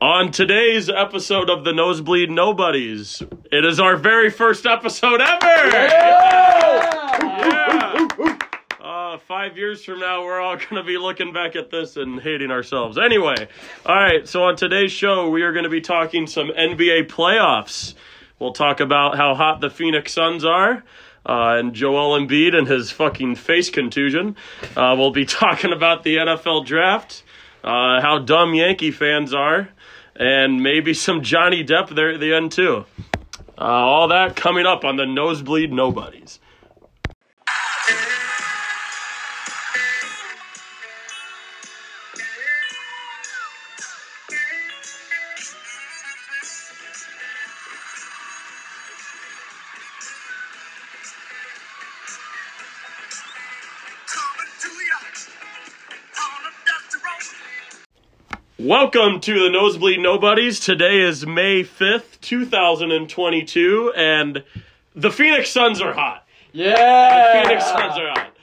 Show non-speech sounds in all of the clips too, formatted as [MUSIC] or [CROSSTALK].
On today's episode of the Nosebleed Nobodies, it is our very first episode ever. Yeah. Uh, five years from now, we're all [LAUGHS] going to be looking back at this and hating ourselves. Anyway, all right, so on today's show, we are going to be talking some NBA playoffs. We'll talk about how hot the Phoenix Suns are. Uh, and Joel Embiid and his fucking face contusion. Uh, we'll be [LAUGHS] talking about the NFL draft, uh, how dumb Yankee fans are, and maybe some Johnny Depp there at the end, too. Uh, all that coming up on the Nosebleed Nobodies. Coming to the arch on a dusty road. Welcome to the Nosebleed Nobodies. Today is May 5th, 2022, and the Phoenix Suns are hot. Yeah. Phoenix Suns are hot.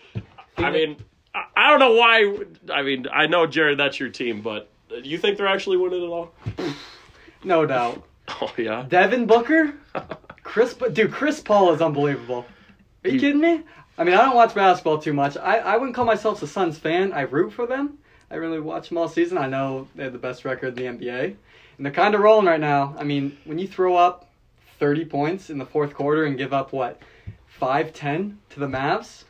I mean, I I don't know why. I mean, I know, Jared, that's your team, but you think they're actually winning at all? No doubt. Oh, yeah. [LAUGHS] Devin Booker, Chris, dude, Chris Paul is unbelievable. Are you kidding me? I mean, I don't watch basketball too much. I, I wouldn't call myself a Suns fan. I root for them. I really watch them all season. I know they have the best record in the NBA, and they're kind of rolling right now. I mean, when you throw up 30 points in the fourth quarter and give up what five, ten to the Mavs,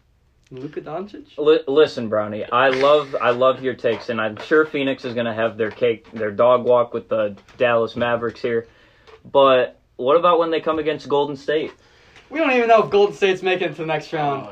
Luka Doncic. Li- listen, Brownie, I love I love your takes, and I'm sure Phoenix is gonna have their cake, their dog walk with the Dallas Mavericks here. But what about when they come against Golden State? We don't even know if Golden State's making it to the next round.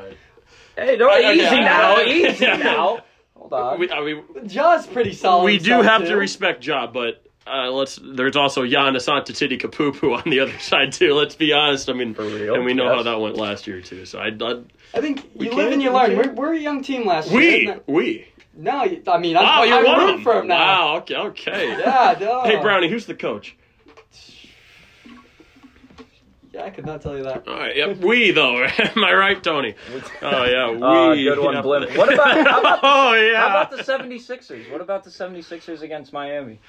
Hey, don't I- I- easy yeah. now, easy now. Hold on. We, I mean, Jaw's pretty solid. we do Suns, have to too. respect Ja, but uh, let's. There's also Giannis Antetokounmpo on the other [LAUGHS] side too. Let's be honest. I mean, For real, and we know how yes. that went last year too. So I, I I think you can't- live and you we learn. can't- We're, we're a young team last we year. isn't it? we. No, you- I mean, I'm, Wow, you're I'm one of rooting them. for him now. Wow. Okay. Okay. [LAUGHS] Yeah, duh. Hey Brownie, who's the coach? Yeah, I could not tell you that. All right, yep, we though. [LAUGHS] Am I right, Tony? Oh [LAUGHS] yeah, we. Ah, good one, Blimp. What about- [LAUGHS] how about- oh yeah. How about the 76ers? What about the 76ers against Miami?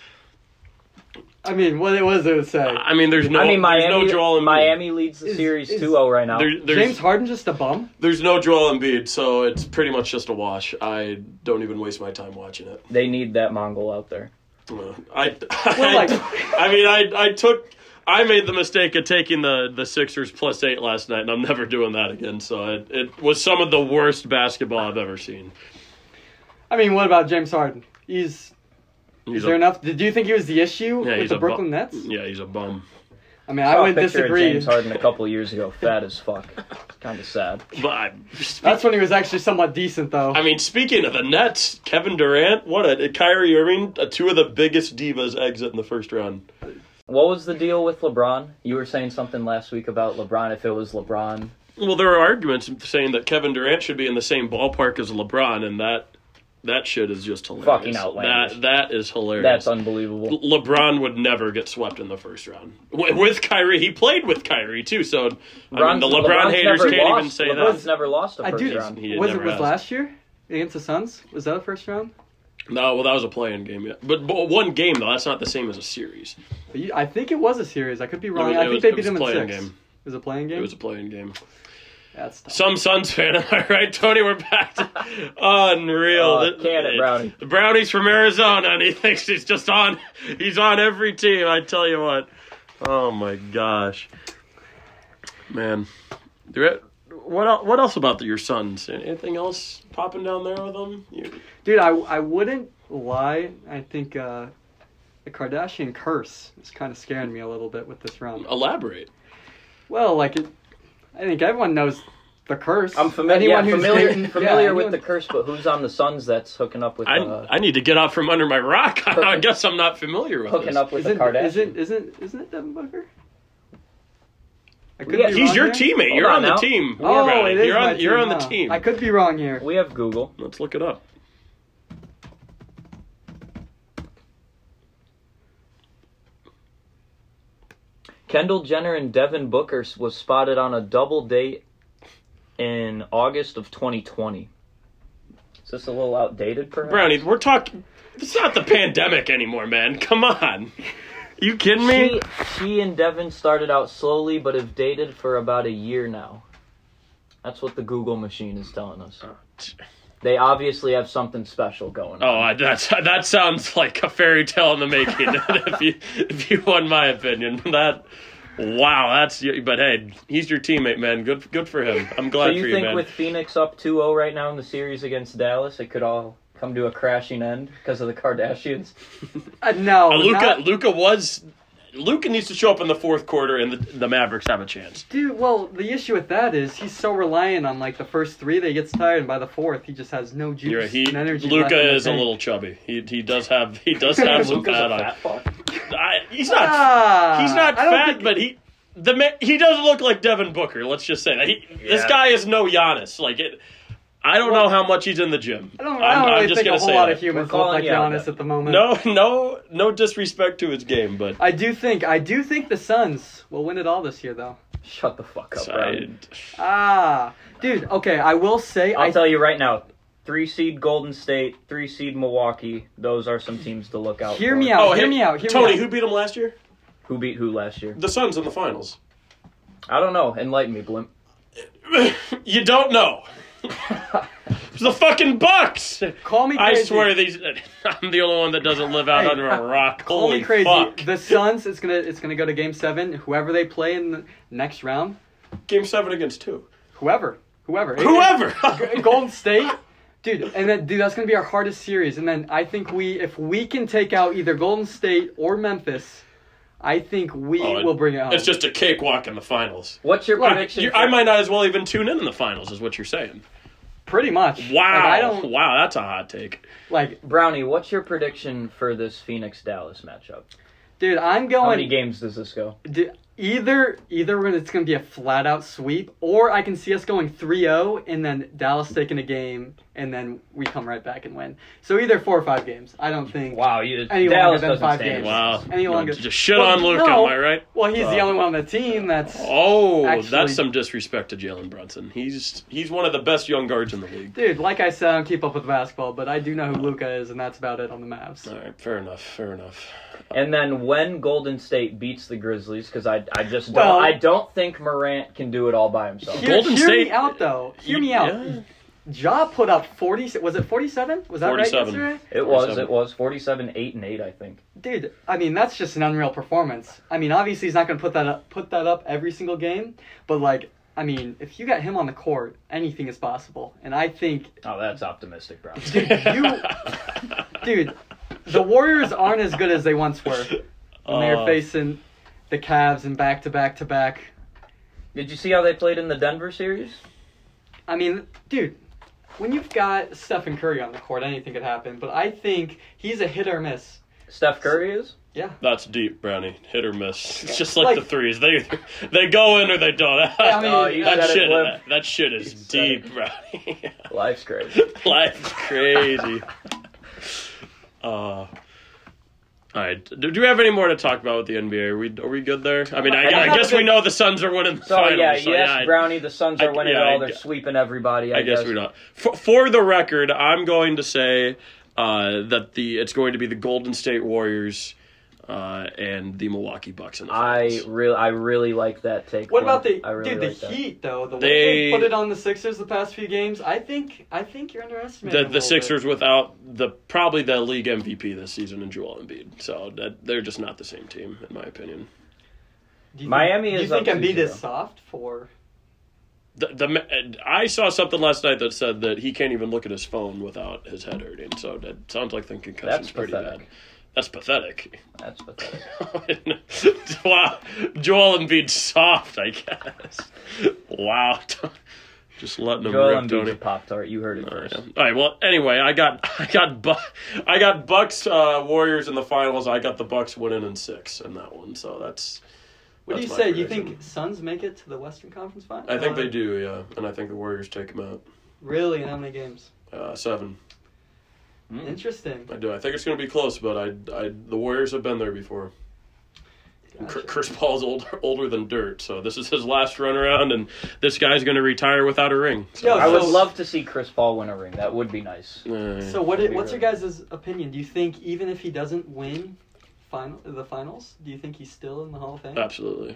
I mean, what it was it would say? I mean, there's no. I there's mean, Miami. no Joel Embiid. Miami leads the Is- series is- 2-0 right now. There, there's, James Harden just a bum. there's no Joel Embiid, so it's pretty much just a wash. I don't even waste my time watching it. They need that Mongol out there. Uh, I, [LAUGHS] We're I, like- [LAUGHS] I mean, I, I took, I made the mistake of taking the, the Sixers plus eight last night, and I'm never doing that again. So it, it was some of the worst basketball I've ever seen. I mean, what about James Harden? He's He's is there a- enough? Did you think he was the issue yeah, with he's the a Brooklyn bum. Nets? Yeah, he's a bum. I mean, I I saw a wouldn't picture of disagree. James Harden a couple years ago, fat as fuck. Kind of sad. But I, That's when he was actually somewhat decent, though. I mean, speaking of the Nets, Kevin Durant, what a Kyrie Irving, uh, two of the biggest divas exit in the first round. What was the deal with LeBron? You were saying something last week about LeBron. If it was LeBron, Well, there are arguments saying that Kevin Durant should be in the same ballpark as LeBron, and that that shit is just hilarious. Fucking outlandish. That that is hilarious. that's unbelievable. LeBron would never get swept in the first round w- with Kyrie. He played with Kyrie too, so I mean, Ron's- the LeBron LeBron's haters never can't lost. even say LeBron's never lost a I first do. round. He Was never it was has. last year against the Suns? Was that a first round? that. No, well, that was a playing game, yeah. But, but one game though, that's not the same as a series. But you- I think it was a series. I could be wrong. was- it I think was- they it beat was him in playing six. game. It was a playing game. It was a playing game. That's tough. Some Suns fan, [LAUGHS] am I right, Tony? We're back to [LAUGHS] unreal. Uh, can it, Brownie. The Brownie's from Arizona, and he [LAUGHS] thinks he's just on. He's on every team. I tell you what. Oh my gosh, man. There- What el- what else about your Suns? Anything else popping down there with them? You- Dude, I, I wouldn't lie. I think uh, the Kardashian curse is kind of scaring me a little bit with this Oh. round. elaborate. Well, like, it, I think everyone knows the curse. I'm familiar. Yeah, who's- familiar, yeah, familiar with anyone- the curse, but who's on the Suns that's hooking up with I uh, I need to get out from under my rock. [LAUGHS] I Perfect. guess I'm not familiar with hooking this. up with the Isn't, Kardashians? isn't, isn't, isn't it Devin Booker? I could Yeah, be He's wrong your here. teammate. Hold You're on on the now. team. Oh, it is You're my on. You're on the huh? team. I could be wrong here. we have Google. Let's look it up. Kendall Jenner and Devin Booker s- was spotted on a double date in August of 2020. Is this a little outdated, perhaps? Brownie, we're talking. It's not the pandemic anymore, man. Come on. You kidding me? She, she and Devin started out slowly, but have dated for about a year now. That's what the Google machine is telling us. t- They obviously have something special going on. Oh, I- that's that sounds like a fairy tale in the making. [LAUGHS] if you if you want my opinion, [LAUGHS] that wow, that's but hey, he's your teammate, man. Good good for him. I'm So glad you for think Oh, man. with Phoenix up 2-0 right now in the series against Dallas, it could all come to a crashing end because of the Kardashians? Uh, no, Luca not- Luca was Luca needs to show up in the fourth quarter, and the, the Mavericks have a chance. Dude, well, the issue with that is he's so reliant on like the first three that he gets tired, and by the fourth he just has no juice You're, he and energy. left in the Luca is a tank. little chubby. He he does have he does have [LAUGHS] some Luka's fat a on. fat fuck. I, he's not. Ah, He's not I don't fat, think- but he the ma- he does look like Devin Booker. Let's just say that he, this Yeah. guy is no Giannis. Like it, I don't know how much he's in the gym. I don't, I'm- I don't I'm really just think gonna a whole say lot that. of humans We're look like calling you out, Giannis though. at the moment. No, no, no disrespect to his game, but I do think I do think the Suns will win it all this year, though. Shut the fuck up, I, Brian. Ah, dude. Okay, I will say I'll I tell you right now. Three seed Golden State, three seed Milwaukee. Those are some teams to look out hear for. me out. oh, hear hey, me out. Hear Tony, me who out. beat him last year? Who beat who last year? The Suns in the finals. [LAUGHS] I don't know. Enlighten me, Blimp. you don't [LAUGHS] know. It's the fucking Bucks. Call me I crazy. swear these. [LAUGHS] I'm the only one that doesn't live out Hey, uh, under a rock. Call Holy me crazy. fuck! The Suns. It's gonna it's gonna go to Game Seven. Whoever they play in the next round, Game seven against two. whoever, whoever, [LAUGHS] Whoever. Golden State. Dude, and then dude, that's gonna be our hardest series. And then I think we, if we can take out either Golden State or Memphis, I think [LAUGHS] we Oh, it- will bring it home. It's just a cakewalk in the finals. What's your Look, prediction? You- for- I might not as well even tune in in the finals, is what you're saying. pretty much. Wow, Like, I don't wow, that's a hot take. like, Brownie, what's your prediction for this Phoenix Dallas matchup? dude. I'm How many going. games does this go? dude, either either when it's gonna be a flat out sweep, or I can see us going 3-0 and then Dallas taking a game, and then we come right back and win. So either four or five games. I don't think. Wow, you, Any longer Dallas than doesn't five stand. games. Wow, Any longer- just shit Well, on Luke, no. am I right? Well, he's the Uh, only one on the team that's. Oh, Actually- that's some disrespect to Jalen Brunson. He's he's one of the best young guards in the league. Dude, like I said, I don't keep up with basketball, but I do know who Luca is, and that's about it on the Mavs. All right, fair enough, fair enough. And then when Golden State beats the Grizzlies, because I, I just don't, Well- I don't think Morant can do it all by himself. Hear, Golden hear State- me out, though. Hear me out. Yeah. Ja put up 40. Was it 47? Was 47. that right yesterday? It was, 47. it was forty-seven, eight, and eight, I think. Dude, I mean, that's just an unreal performance. I mean, obviously, he's not going to put that up, put that up every single game, but, like, I mean, if you got him on the court, anything is possible. And I think, Oh, that's optimistic, [LAUGHS] Brownie. dude, [LAUGHS] you, dude, the Warriors aren't as good as they once were when they were Uh, facing the Cavs and back to back to back. Did you see how they played in the Denver series? I mean, dude, when you've got Stephen Curry on the court, anything could happen. But I think he's a hit or miss. Steph Curry is. Yeah. That's deep, Brownie. Hit or miss. It's Just like, Like- the threes, they they go in or they don't. I mean, Oh, you that said it, shit, Liv. that shit is You said deep, it. Brownie. [LAUGHS] Life's crazy. Life's crazy. uh, all right. Do, do we have any more to talk about with the NBA? Are we are we good there? I mean, I, I I don't guess think- we know the Suns are winning the So finals. yeah, so, yes, I- Brownie. The Suns are I- winning yeah, it all. I- They're sweeping everybody. I, I guess we don't. For, for the record, I'm going to say uh, that the it's going to be the Golden State Warriors uh, and the Milwaukee Bucks in the I finals. really, I really like that take. What Lil. about the I really dude? like the that. Heat though, the way They- they put it on the Sixers the past few games. I think I think you're underestimating the, them a the little bit. Sixers without the probably the league MVP this season in Joel Embiid, so that, they're just not the same team in my opinion. Do you Miami think, is Do you up think Embiid 2-0. is soft for? The, the ma- and I saw something last night that said that he can't even look at his phone without his head hurting. So that sounds like the concussion's That's pretty pathetic. bad. That's pathetic. [LAUGHS] That's [LAUGHS] pathetic. wow, Joel Embiid's soft, I guess. Wow, [LAUGHS] just letting him Joel rip, Embiid's a Tony. pop tart. You heard it All first. right. Well, anyway, I got [LAUGHS] I got Bu- I got Bucks uh, Warriors in the finals. I got the Bucks winning in six in that one. So that's. What do you that's my say? You prediction. think Suns make it to the Western Conference Finals? I think they do, yeah, and I think the Warriors take them out Really? How many games? uh, seven. Interesting. Mm-hmm. I do. I think it's going to be close, but I, I, the Warriors have been there before. Cr- Chris Paul's old, [LAUGHS] older than dirt, so this is his last runaround, and this guy's going to retire without a ring. So, Yo, I would so- love to see Chris Paul win a ring. That would be nice. uh, So what? That'd be what's your really- guys' opinion? Do you think even if he doesn't win final the finals, do you think he's still in the Hall of Fame? absolutely.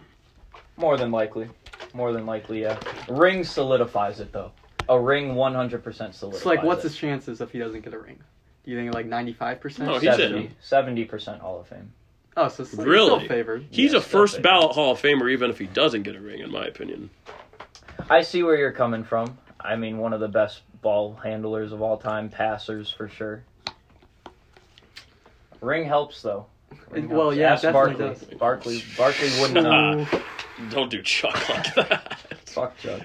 More than likely. More than likely, yeah. Ring solidifies it though. A ring 100% solidifies. so like, what's it. his chances if he doesn't get a ring? Do you think like ninety five percent? No, he's in. 70, 70% Hall of Fame. Oh, so it's like Really? still favored. He's Yeah, a still first think. ballot Hall of Famer, even if he doesn't get a ring, in my opinion. I see where you're coming from. I mean, one of the best ball handlers of all time, passers for sure. Ring helps though. Ring Well, helps. yeah, it Ask definitely Barkley. does. Barkley. Barkley wouldn't know. [LAUGHS] Ah, don't do Chuck like that. [LAUGHS] Fuck Chuck.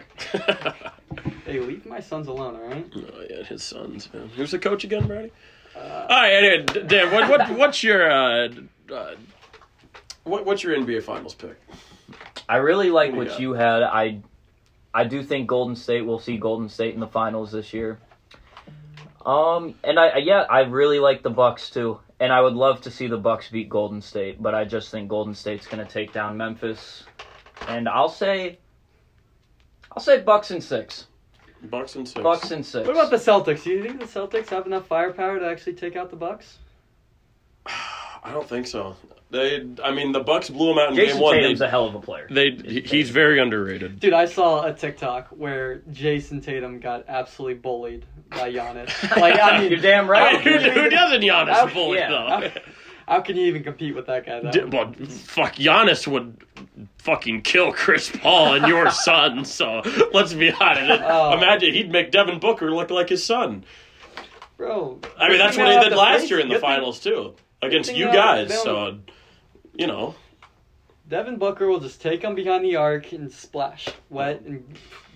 Hey, leave my sons alone, all right? Oh yeah, his sons, man. Who's the coach again, Brady? Uh, All right, anyway, D- Dan, what, what what's your uh, uh, what what's your NBA Finals pick? I really like Who we what got? you had. I I do think Golden State will see Golden State in the finals this year. Um and I I- yeah, I really like the Bucks too. And I would love to see the Bucks beat Golden State, but I just think Golden State's going to take down Memphis. And I'll say I'll say Bucks and 6. Bucks and six. Bucks and 6. What about the Celtics? Do you think the Celtics have enough firepower to actually take out the Bucks? I don't think so. They, I mean, the Bucks blew him out in Jason game one. Tatum's They, a hell of a player. they, he- he's very underrated. Dude, I saw a TikTok where Jason Tatum got absolutely bullied by [LAUGHS] Giannis. Like, I mean, You're I damn mean, right. Oh, who, [LAUGHS] who doesn't Giannis How- bully yeah. though? [LAUGHS] how can you even compete with that guy? Though? D- well, fuck, Giannis would fucking kill Chris Paul and [LAUGHS] your son. So let's be honest. Oh. Imagine he'd make Devin Booker look like his son. Bro, I mean, good that's what he thing they don't did have to last face- year in the good thing- finals too, against thing you they don't- guys. they don't- So, you know, Devin Booker will just take him behind the arc and splash wet, and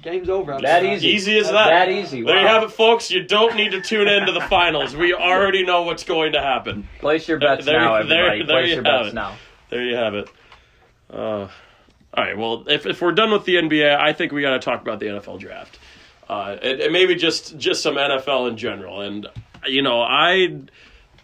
game's over. I'm That sorry. easy. easy as that. that easy. There you wow. have it, folks. You don't need to tune in [LAUGHS] to the finals. We already know what's going to happen. Place your bets There- now, there- everybody. there Place you your have bets it. now. There you have it. Uh, all right. Well, if if we're done with the NBA, I think we got to talk about the NFL draft. Uh, and, and maybe just just some NFL in general. And you know, I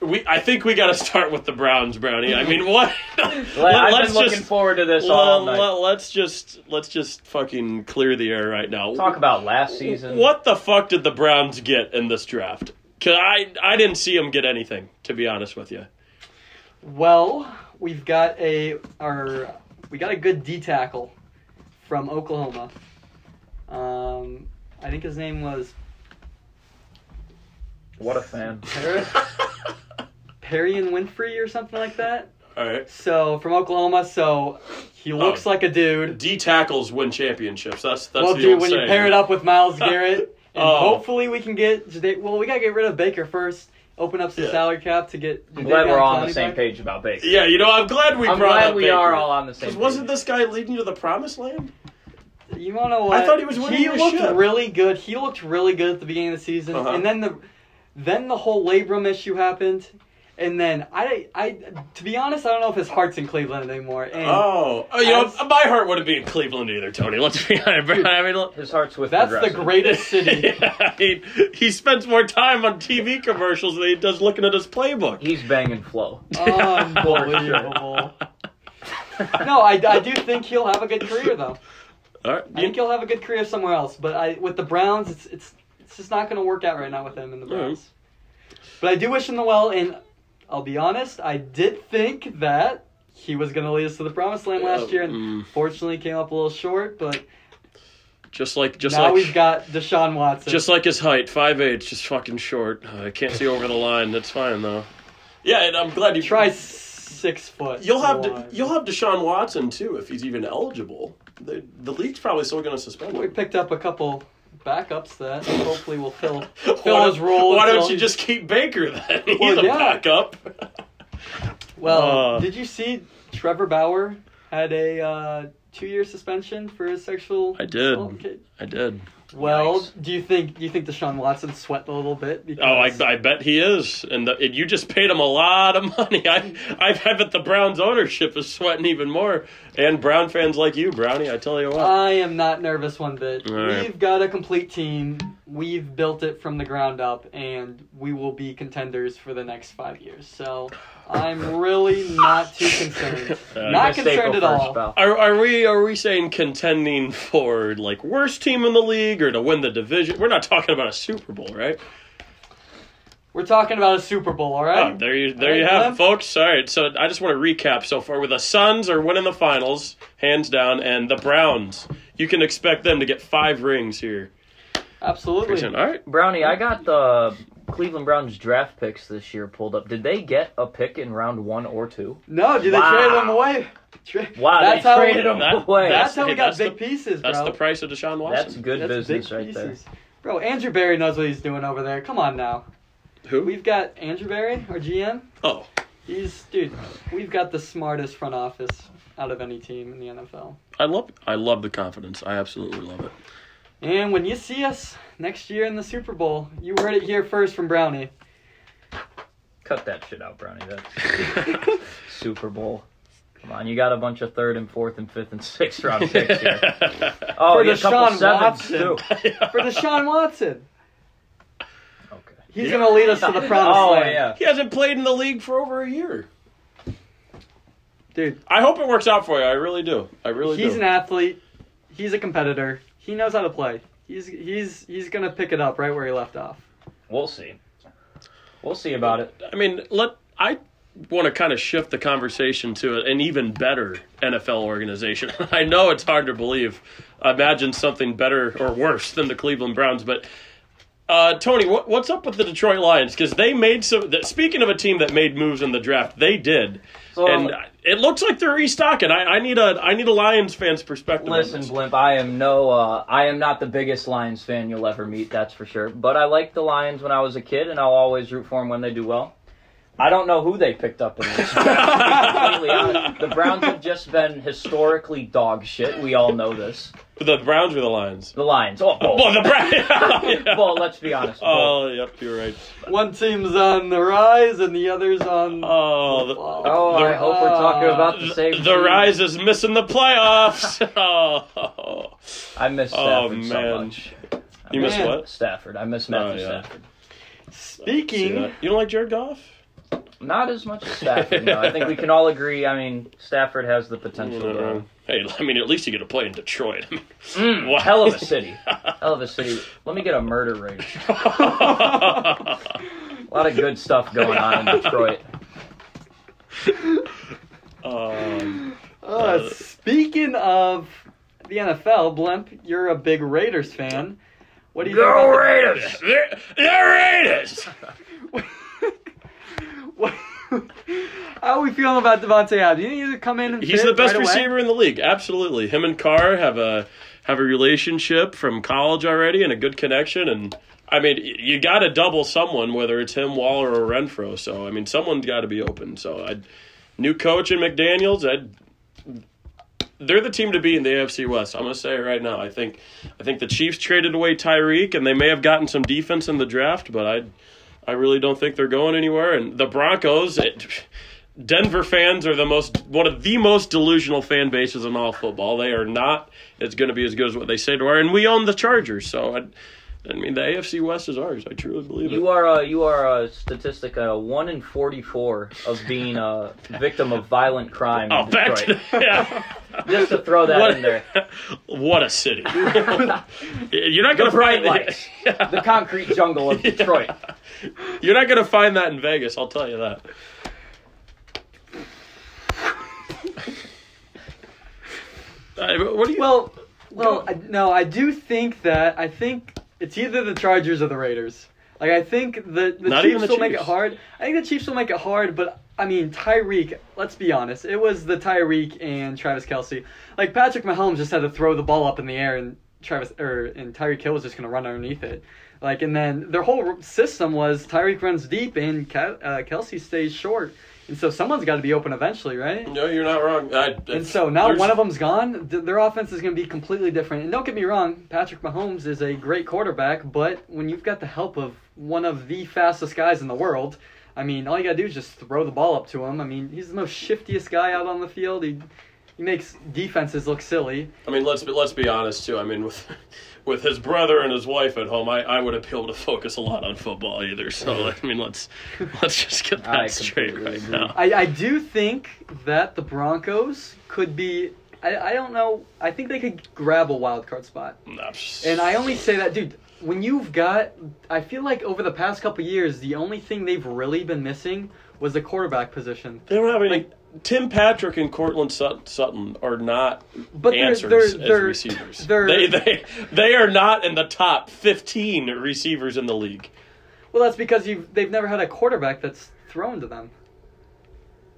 we I think we got to start with the Browns, Brownie. I mean, what? [LAUGHS] [LAUGHS] Well, I've let's been looking just- forward to this Well, all night. let, let's just let's just fucking clear the air right now. Talk about last season. What the fuck did the Browns get in this draft? Cause I I didn't see them get anything. To be honest with you, Well, we've got a our we got a good D tackle from Oklahoma. Um, I think his name was What [LAUGHS] a fan. Perry, Perry and Winfrey or something like that. all right. So from Oklahoma, so he Oh. looks like a dude. D tackles win championships. That's that's Well, the dude, old when you saying. pair it up [LAUGHS] with Miles Garrett, and Oh. hopefully we can get Jada- well, we gotta get rid of Baker first. Open up some Yeah. salary cap to get. I'm glad we're all on the same page about Baker. Yeah, you know, I'm glad we I'm brought glad up we Baker. are all on the same 'Cause page. Wasn't this guy leading you to the promised land? You wanna know what? thought he was winning He the looked ship. really good. He looked really good at the beginning of the season, Uh-huh. and then the, then the whole labrum issue happened, and then I, I, to be honest, I don't know if his heart's in Cleveland anymore. And Oh, oh, you know, As- my heart wouldn't be in Cleveland either, Tony. Let's be honest. bro. I mean, look- His heart's with that's [LAUGHS] the Progressive. greatest [LAUGHS] city. I mean, he spends more time on TV commercials than he does looking at his playbook. He's banging flow. Unbelievable. no, I, I do think he'll have a good career though. All right, I think he'll have a good career somewhere else, but I with the Browns, it's it's it's just not going to work out right now with him and the Browns. But I do wish him the well, and I'll be honest, I did think that he was going to lead us to the promised land last year, and Mm. fortunately came up a little short. But just like just now like we've got Deshaun Watson. just like his height, five eight, just fucking short. I can't see over the line. That's fine though. Yeah, and I'm glad you try s- six foot. You'll have wide. to, you'll have Deshaun Watson too if he's even eligible. The the league's probably still going to suspend We him. picked up a couple backups that hopefully will fill [LAUGHS] why fill his don't- role. Why until don't you he's- just keep Baker then? [LAUGHS] He's Well, a yeah. backup. Well, Uh. did you see Trevor Bauer had a uh, two-year suspension for his sexual? I did. assault ca- I did. Well, Yikes. do you think do you think Deshaun Watson sweat a little bit? Because, Oh, I, I bet he is, and, the, and you just paid him a lot of money. I, I I bet the Browns ownership is sweating even more, and Brown fans like you, Brownie. I tell you what. I am not nervous one bit. All right. We've got a complete team. we've built it from the ground up, and we will be contenders for the next five years. So I'm really not too concerned. [LAUGHS] Uh, not You guys take concerned at over first, all. pal. Are, are we are we saying contending for like worst team in the league or to win the division? We're not talking about a Super Bowl, right? We're talking about a Super Bowl, all Oh, right? there you there you Alright, have Glenn. it, folks. All right, so I just want to recap. So far, with the Suns are winning the finals hands down, and the Browns, you can expect them to get five rings here. Pretty Absolutely. soon. All right, Brownie, I got the Cleveland Browns draft picks this year pulled up. Did they get a pick in round one or two? No, do they Wow. trade them away? Tra- Wow, that's they how traded them That- away. that's- That's, how we hey, got that's big the- pieces, bro. that's the price of Deshaun That's Watson. good That's business big right there. pieces. Bro, Andrew Barry knows what he's doing over there. Come on now. Who? We've got Andrew Barry, our GM. oh, He's dude. We've got the smartest front office out of any team in the NFL. I love I love the confidence. I absolutely love [LAUGHS] it. And when you see us next year in the Super Bowl, you heard it here first from Brownie. Cut that shit out, Brownie. [LAUGHS] That's Super Bowl. Come on, you got a bunch of third and fourth and fifth and [LAUGHS] sixth round picks here. Oh, For yeah, a couple Deshaun sevens Watson. too. For Deshaun Watson, Okay. he's Yeah. gonna lead us to [LAUGHS] the promised oh land, yeah. he hasn't played in the league for over a year. dude. I hope it works out for you. I really do. I really he's do. an athlete. He's a competitor. He knows how to play. He's he's he's gonna pick it up right where he left off. We'll see. We'll see about it. I mean, let I want to kind of shift the conversation to an even better NFL organization. [LAUGHS] I know it's hard to believe. Imagine something better or worse than the Cleveland Browns, but uh, Tony, what, what's up with the Detroit Lions? Because they made some. That, speaking of a team that made moves in the draft, they did, So, and um, it looks like they're restocking. I, I need a I need a Lions fan's perspective. on Listen, this. Blimp, I am no, uh, I am not the biggest Lions fan you'll ever meet, that's for sure. But I liked the Lions when I was a kid, and I'll always root for them when they do well. I don't know who they picked up in [LAUGHS] this. draft, to be completely honest. the Browns have just been historically dog shit. We all know this. the Browns or the Lions? The Lions. Oh, both. [LAUGHS] Well, the [LAUGHS] Browns. well, let's be honest. both. Oh, yep, you're right. One team's on the rise and the other's on. Oh, the, Oh, I hope we're talking about uh, the same. The team. Rise is missing the [LAUGHS] playoffs. oh, I miss Oh, Stafford man. so much. I you miss Man. what? Stafford. I miss Matthew yeah. Stafford. See Speaking that? [LAUGHS] You don't like Jared Goff? Not as much as Stafford. No. I think we can all agree. I mean, Stafford has the potential. You're not to- wrong. Hey, I mean, at least you get to play in Detroit. [LAUGHS] I mean, Mm, Wow. Hell of a city. Hell of a city. Let me get a murder rate. A lot of good stuff going on in Detroit. um, [LAUGHS] [LAUGHS] Uh, speaking of the NFL, Blimp, you're a big Raiders fan. What do you think about the- Raiders! they're, they're Raiders. What- [LAUGHS] How are we feeling about Devontae Adams? You think he's gonna come in and He's fit the best right away? receiver in the league. Absolutely. Him and Carr have a have a relationship from college already and a good connection. And I mean, y- you got to double someone, whether it's him, Waller, or Renfro. So I mean, someone's got to be open. So I, new coach and McDaniel's. I, they're the team to beat in the AFC West. I'm gonna say it right now. I think, I think the Chiefs traded away Tyreek, and they may have gotten some defense in the draft, but I, I really don't think they're going anywhere. And the Broncos. It, Denver fans are the most one of the most delusional fan bases in all football. They are not. It's going to be as good as what they say to are, and we own the Chargers. So I, I mean, the AFC West is ours. I truly believe it. You are a you are a statistic uh, one in forty four of being a victim of violent crime. oh, in back Detroit. to [LAUGHS] yeah. Just to throw that What- in there. what a [LAUGHS] city! you're not going to bright find lights. [LAUGHS] The concrete jungle of Detroit. you're not going to find that in Vegas. I'll tell you that. Uh, what do you? [LAUGHS] Well, well, I, no, I do think that I think it's either the Chargers or the Raiders. Like I think the the Not even Chiefs the will make it Chiefs. hard. I think the Chiefs will make it hard, but I mean Tyreek. Let's be honest, it was the Tyreek and Travis Kelsey. Like Patrick Mahomes just had to throw the ball up in the air, and Travis or and Tyreek Hill was just gonna run underneath it. Like and then their whole system was Tyreek runs deep and Ke- uh, Kelsey stays short, and so someone's got to be open eventually, right? no, you're not wrong. I, And so now there's- one of them's gone. Th- their offense is going to be completely different. And don't get me wrong, Patrick Mahomes is a great quarterback, but when you've got the help of one of the fastest guys in the world, I mean, all you got to do is just throw the ball up to him. I mean, he's the most shiftiest guy out on the field. He He makes defenses look silly. I mean, let's be, let's be honest too. I mean, with [LAUGHS] with his brother and his wife at home, I, I wouldn't be able to focus a lot on football either. So I mean, let's let's just get that I straight completely right agree. now. I, I do think that the Broncos could be. I, I don't know. I think they could grab a wild card spot. Nah, psh. And I only say that, dude, when you've got. I feel like over the past couple years, the only thing they've really been missing was the quarterback position. they don't have any. like- Tim Patrick and Cortland Sut- Sutton are not But they're, answers they're, as they're, receivers. they're- they they they are not in the top fifteen receivers in the league. Well, that's because you've, they've never had a quarterback that's thrown to them.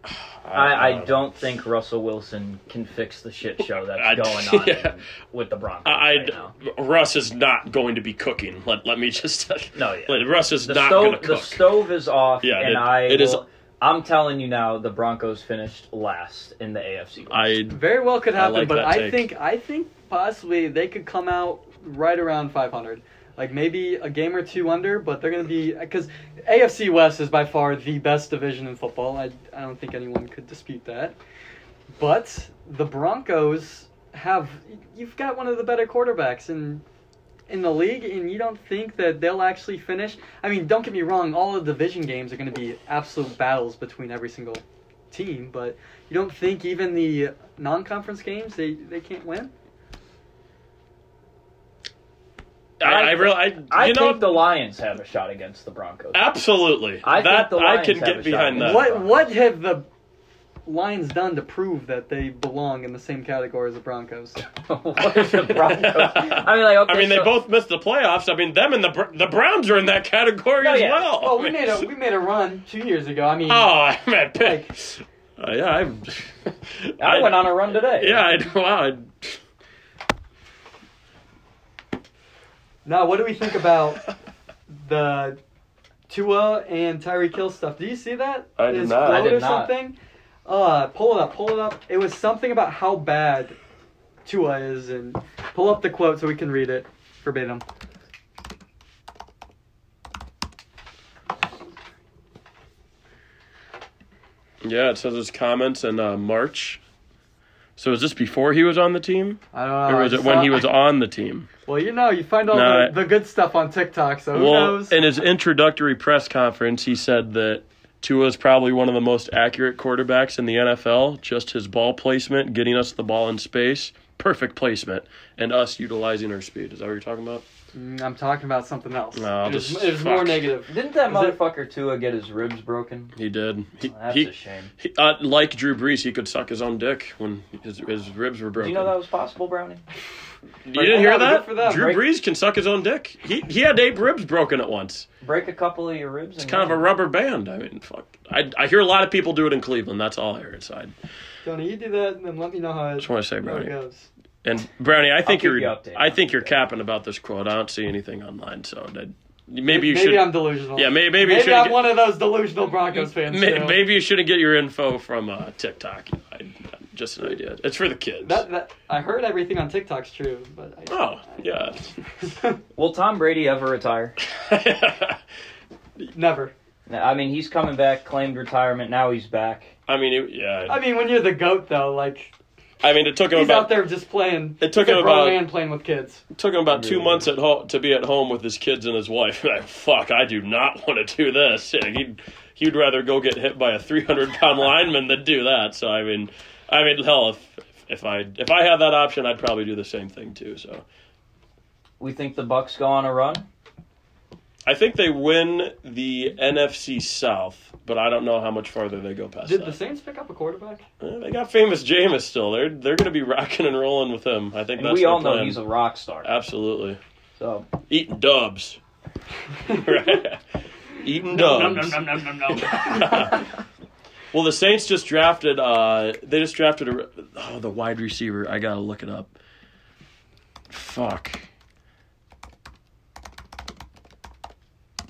I, Uh, I don't think Russell Wilson can fix the shit show I- that's going [LAUGHS] on yeah. with the Broncos I, right now. I- Russ is not going to be cooking. Let let me just No, yeah. Let- Russ is The not going to stove, the cook. stove is off, Yeah, and it- I it is- will- I'm telling you now, the Broncos finished last in the AFC. West. I Very well could I happen, like but that I take. think I think possibly they could come out right around 500. Like maybe a game or two under, but they're going to be because AFC West is by far the best division in football. I, I don't think anyone could dispute that. But the Broncos have you've got one of the better quarterbacks in in the league, and you don't think that they'll actually finish. I mean, don't get me wrong; all the division games are going to be absolute battles between every single team, but you don't think even the non-conference games they, they can't win? I, I I- really I, I you think know the Lions have a shot against [LAUGHS] the Broncos. absolutely I think that the I Lions can have a get shot. behind that. No. What what have the Lions done to prove that they belong in the same category as [LAUGHS] the Broncos? [LAUGHS] What is the Broncos? I mean, like, okay, I mean, they so- both missed the playoffs. I mean, them and the Br- the Browns are in that category No, as yeah. well. Well, we I mean, made [LAUGHS] a we made a run two years ago. I mean, oh, I mean, Like- [LAUGHS] uh, yeah, I, I, went on a run [LAUGHS] today. Yeah, I, wow. I, now what do we think [LAUGHS] about the Tua and Tyreek Hill stuff? Do you see that? I did His not. I float did or not. something. Uh, pull it up, pull it up. It was something about how bad Tua is, and pull up the quote so we can read it verbatim. yeah, it says his comments in uh, March. So is this before he was on the team, I don't know. or Uh, I was it just when saw- he was on the team? Well, you know, you find all No, I- the, the good stuff on TikTok, so who Well, knows? in his introductory press conference, he said that Tua is probably one of the most accurate quarterbacks in the NFL. Just his ball placement, getting us the ball in space, perfect placement, and us utilizing our speed. Is that what you're talking about? Mm, I'm talking about something else. No, it was, just it was more fuck. negative. Didn't that Is it- motherfucker Tua get his ribs broken? He did. He, That's he, a shame. he- uh, like Drew Brees, he could suck his own dick when his, his ribs were Do broken. you know that was possible, Brownie? You didn't hear Well, good that? for them, Drew right? Brees can suck his own dick. He he had eight ribs broken at once. Break a couple of your ribs. It's kind of a rubber band. I mean, fuck. I, I hear a lot of people do it in Cleveland. That's all I heard. So I Tony, you do that, and then let me know how it, just want to say, how it Brownie. goes. And Brownie, I think keep you're you updated. I think you're capping about this quote. I don't see anything online, so that, maybe you maybe should. I'm delusional. Yeah, may- maybe you maybe shouldn't I'm get- one of those delusional Broncos fans. may- too. maybe you shouldn't get your info from uh, TikTok. I, just an idea. It's for the kids. That, that, I heard everything on TikTok's true, but I, oh yeah, [LAUGHS] Oh. Will Tom Brady ever retire? [LAUGHS] never. No, I mean, he's coming back, claimed retirement. Now he's back. I mean it, yeah. I mean, when you're the goat, though, like I mean it took him he's out about there just playing. It took he's him a grown about- man playing with kids. took him about two Really? months at home to be at home with his kids and his wife. [LAUGHS] Like, Fuck, I do not [LAUGHS] want to do this. And he'd he'd rather go get hit by a three hundred pound lineman than do that. So I mean, I mean hell if. If I if I had that option, I'd probably do the same thing too. So We think the Bucks go on a run. I think they win the NFC South, but I don't know how much farther they go past Did that. the Saints pick up a quarterback? Eh, they got famous Jameis still. They're they're going to be rocking and rolling with him. I think And that's we all their know plan. Uh, he's a rock star. absolutely So eating dubs. [LAUGHS] eating Nom, nom, dubs. nom, nom, nom, nom, nom. [LAUGHS] well, the Saints just drafted. Uh, they just drafted a. re- Oh, the wide receiver. I gotta look it up. Fuck.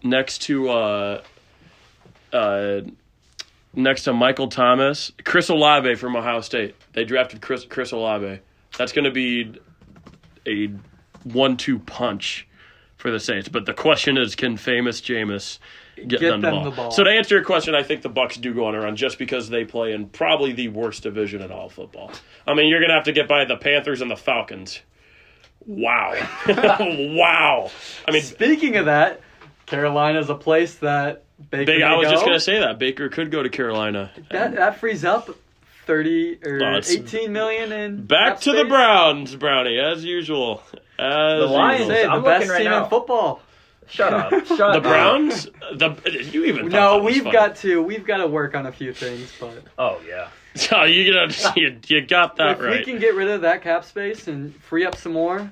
Next to uh, uh, next to Michael Thomas, Chris Olave from Ohio State. They drafted Chris Chris Olave. That's gonna be a one-two punch for the Saints. But the question is, can famous Jameis get, them, the, ball. So to answer your question, I think the Bucks do go on a run just because they play in probably the worst division in all of football. I mean, you're gonna have to get by the Panthers and the Falcons. Wow, [LAUGHS] wow. I mean, Speaking of that, Carolina's a place that Baker. Big, may I was go. just gonna say that Baker could go to Carolina. that that frees up thirty or Well, it's- eighteen million in Back cap to the space. Browns, Brownie, as usual. As The Lions- usual. Say, the I'm looking best right team now. in football. [LAUGHS] Shut up. Shut up. the Browns. The you even thought uh, No, that was we've funny. [LAUGHS] got to we've got to work on a few things, but Oh yeah. So you [LAUGHS] got you, you got that if we right. can get rid of that cap space and free up some more,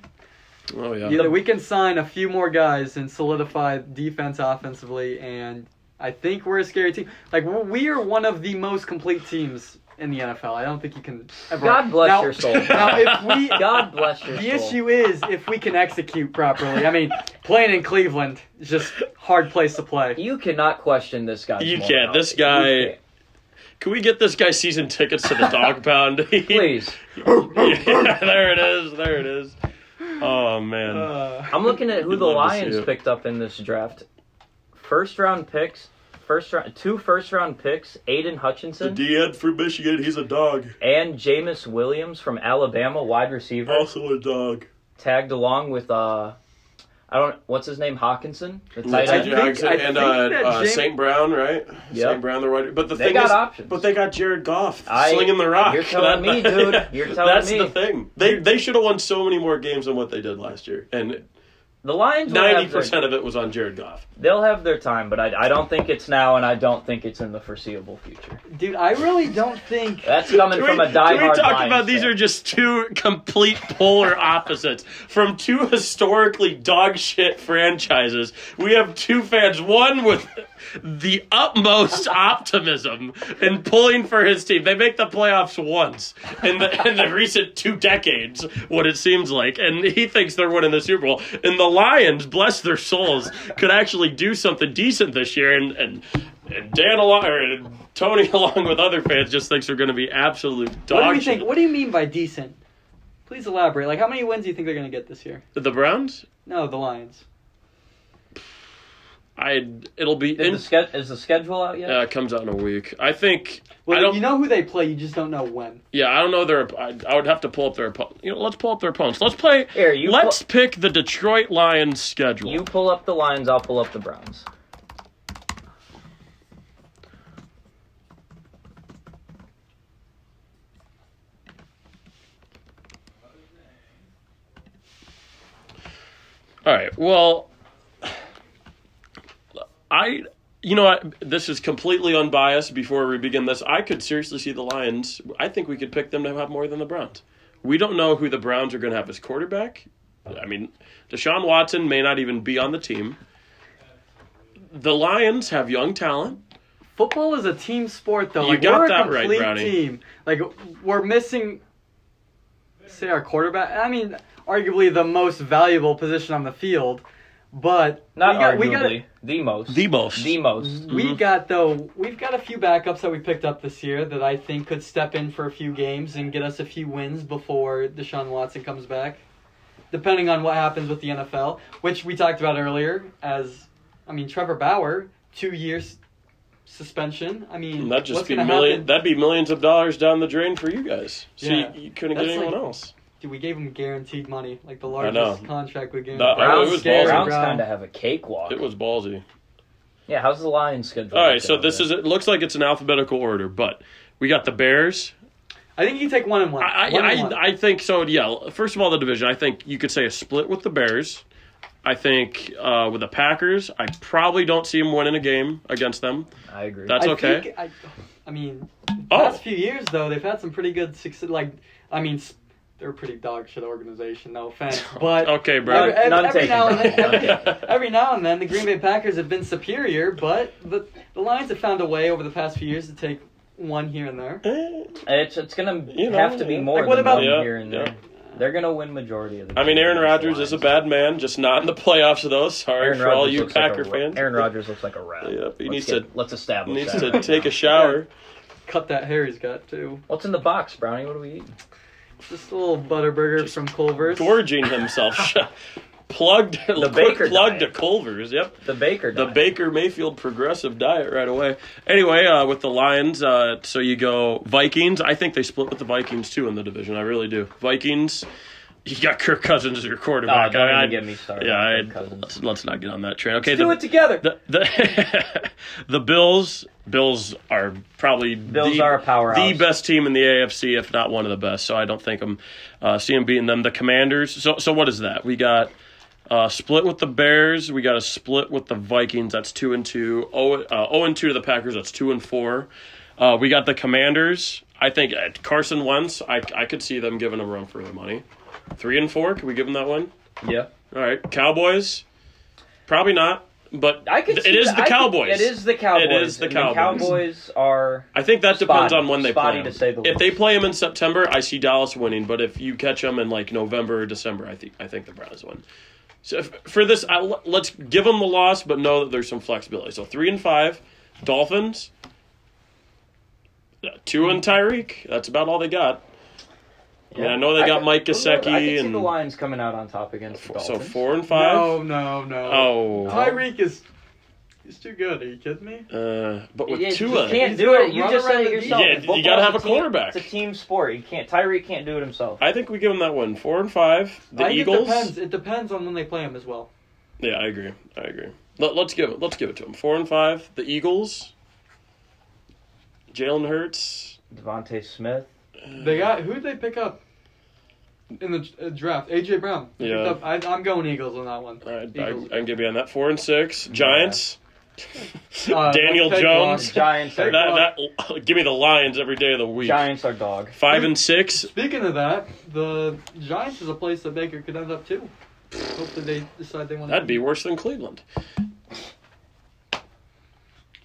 oh yeah. you know, we can sign a few more guys and solidify defense offensively. And I think we're a scary team. Like w- we are one of the most complete teams in the NFL. I don't think you can ever. God bless Now- your soul. [LAUGHS] Now, if we God bless your The soul. issue is if we can execute properly. I mean, playing in Cleveland is just hard place to play. You cannot question this guy. You can't. This guy- Can we get this guy season tickets to [LAUGHS] the dog pound? [LAUGHS] Please. yeah, there it is. There it is. Oh man. Uh, I'm looking at who You'd the love to see Lions it. picked up in this draft. First round picks. First round, two first round picks, Aiden Hutchinson DN from Michigan, he's a dog. and Jameis Williams from Alabama, wide receiver, a dog. tagged along with uh, I don't what's his name, Hawkinson, the tight I Ty end. think- Jackson I and think uh, that uh, Jamie- St. Brown, right? Yep. St. Brown, the right. But the They thing got is, options. but they got Jared Goff I- slinging the rock. [LAUGHS] you're telling me, dude. You're telling that's me. the thing. They they should have won so many more games than what they did last year, and The Lions will ninety have their, percent of it was on Jared Goff. they'll have their time, but I, I don't think it's now, and I don't think it's in the foreseeable future. dude, I really don't think. That's coming Can from we, a diehard. can we talk Lions about these fan. are just two complete polar opposites from two historically dog shit franchises. We have two fans, one with the utmost optimism and pulling for his team. They make the playoffs once in the, in the recent two decades, what it seems like, and he thinks they're winning the Super Bowl. And the Lions, bless their souls, could actually do something decent this year, and. and and Dan along, or Tony [LAUGHS] along with other fans just thinks they're going to be absolute dog What do you shit. think? What do you mean by decent? Please elaborate. Like, how many wins do you think they're gonna get this year? The Browns? No, the Lions. I it'll be Did in, the ske- is the schedule out yet? uh, comes out in a week. I think I Well, don't. you know who they play. You just don't know when. yeah, I don't know their. I, I would have to pull up their. oppo- You know, let's pull up their opponents. Let's play. Here, you let's pick the Detroit Lions schedule. You pull up the Lions, I'll pull up the Browns. All right. Well, I. You know, I, this is completely unbiased. Before we begin this, I could seriously see the Lions. I think we could pick them to have more than the Browns. We don't know who the Browns are going to have as quarterback. I mean, Deshaun Watson may not even be on the team. The Lions have young talent. Football is a team sport, though. You like, got we're that a right, complete Brownie. team. Like, we're missing, say, our quarterback. I mean, arguably the most valuable position on the field, but Not we got, arguably we got, the most. The most. The most. Mm-hmm. we got though we've got a few backups that we picked up this year that I think could step in for a few games and get us a few wins before Deshaun Watson comes back. Depending on what happens with the NFL, which we talked about earlier, as I mean Trevor Bauer, two years suspension. I mean That'd just what's be gonna million. happen? That'd be millions of dollars down the drain for you guys. So Yeah. you, you couldn't That's get anyone like- else. Dude, we gave him guaranteed money, like the I know. largest contract we gave him. No, I know, it was ballsy. Browns, Browns Brown. kind of have a cakewalk. It was ballsy. Yeah, how's the Lions schedule? All right, looking so over this there? is it looks like it's an alphabetical order, but we got the Bears. I think you take one and one. I One I, and one. I, I think so. Yeah, first of all, the division. I think you could say a split with the Bears. I think uh, with the Packers, I probably don't see him winning a game against them. I agree. That's I okay. Think, I, I mean, Oh. past few years though, they've had some pretty good success. Like, I mean, s- they're a pretty dog shit organization. No [LAUGHS] offense, but Okay, None- bro. every, every- none every taken, now and [LAUGHS] then, Brian, none every, taken. [LAUGHS] every now and then, the Green Bay Packers have been superior, but the the Lions have found a way over the past few years to take one here and there. It's it's gonna You know, have to be yeah. more Like, what than about- one Yeah, here and yeah. there. They're gonna win majority of the. I mean, games Aaron against the Rodgers is a Lions. bad man, just not in the playoffs though. Sorry Aaron for all Rodgers you looks like Packer a, ra- fans. Aaron Rodgers looks like a rat. Yep, he Let's needs get- to- Let's establish. needs that to right take now. a [LAUGHS] shower. Cut that hair he's got too. What's in the box, Brownie? What are we eating? Just a little butter burger from Culver's. Gorging himself. [LAUGHS] Plugged the Baker plug to diet. Culver's. Yep. The Baker. The diet. Baker Mayfield progressive diet right away. Anyway, uh, with the Lions, uh, so you go Vikings. I think they split with the Vikings too in the division. I really do. Vikings. You got Kirk Cousins as your Oh, quarterback. don't I- even get me started. yeah, on I, Kirk Cousins. let's, let's not get on that train. Okay, do the, it together. the the, [LAUGHS] the Bills Bills are probably Bills the, are a powerhouse. the best team in the AFC, if not one of the best. So I don't think I'm uh, seeing beating them. The Commanders. So so what is that? We got uh, split with the Bears. We got a split with the Vikings. That's two and two. Oh, uh, oh and two to the Packers. That's two and four. Uh, we got the Commanders. I think uh, Carson Wentz. I I could see them giving a run for their money. Three and four. Can we give them that one? yeah. All right, Cowboys. Probably not, but I could. th- see it is that- the I could- Cowboys. it is the Cowboys. is the and Cowboys. Cowboys are. I think that depends Spotty. on when they play Spotty, 'em. to say the if least. they play them in September, I see Dallas winning. But if you catch them in like November or December, I think I think the Browns win. So if, for this, I, let's give them the loss, but know that there's some flexibility. So three and five, Dolphins. Uh, Two and Tyreek. That's about all they got. I mean, I know they got could- Mike Gesicki I could see and- the Lions coming out on top against the So Dolphins. four and five. No, no, no. Oh, Tyreek is. He's too good. Are you kidding me? uh, but with You- you Tua, can't He's do gonna it. You run just around said it the yourself. Yeah, In you gotta football, have it's a team- quarterback. It's a team sport. You can't. Tyree can't do it himself. I think we give them that one. Four and five. The I think Eagles. It depends. it depends on when they play him as well. Yeah, I agree. I agree. Let, let's give it. Let's give it to them. Four and five. The Eagles. Jalen Hurts. Devontae Smith. They got who did they pick up in the uh, draft? AJ Brown. They picked Yeah. up- I, I'm going Eagles on that one. I, I, Eagles. I can give you on that. Four and six. Giants. [LAUGHS] Uh, Daniel let's take Jones. The [LAUGHS] Giants [LAUGHS] are. That, that, give me the Lions every day of the week. Giants are dog. Five and six. Speaking of that, the Giants is a place that Baker could end up too. Hopefully they decide they want. That'd be worse than Cleveland.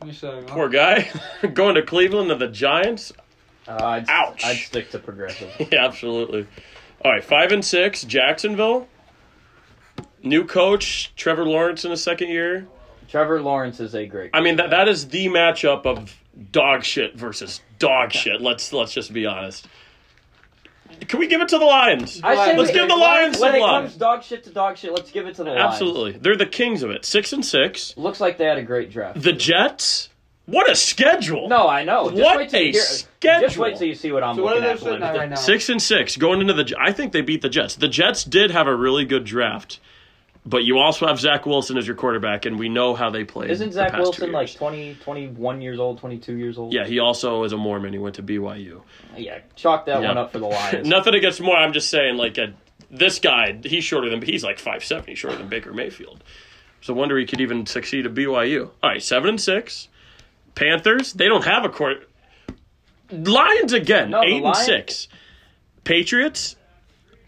You say, huh? Poor guy. [LAUGHS] Going to Cleveland to the Giants. Uh, I'd, Ouch. I'd stick to progressive. [LAUGHS] Yeah, absolutely. All right, five and six. Jacksonville. New coach Trevor Lawrence in his second year. Trevor Lawrence is a great. I mean that that is the matchup of dog shit versus dog shit. Let's let's just be honest. Can we give it to the Lions? I say Let's we- give the Lions When some it love. comes dog shit to dog shit, let's give it to the Lions. Absolutely, they're the kings of it. Six and six. Looks like they had a great draft. The Jets. What a schedule! No, I know. Just What wait till a you hear, Just schedule. wait till you see what I'm So what are looking they at. sitting Belinda. at right now? Six and six going into the. I think they beat the Jets. The Jets did have a really good draft, but you also have Zach Wilson as your quarterback, and we know how they played. Isn't the Zach past two Wilson like years. 20, 21 years old, 22 years old? Yeah, he also is a Mormon. He went to BYU. Yeah, chalk that Yeah. one up for the Lions. Nothing against Moore. I'm just saying, like, uh this guy, he's shorter than, he's like 5'7, he's shorter than Baker Mayfield. So, wonder he could even succeed at BYU. All right, 7 and 6. Panthers, they don't have a court. Lions again, No, the 8 and Lions- 6. Patriots,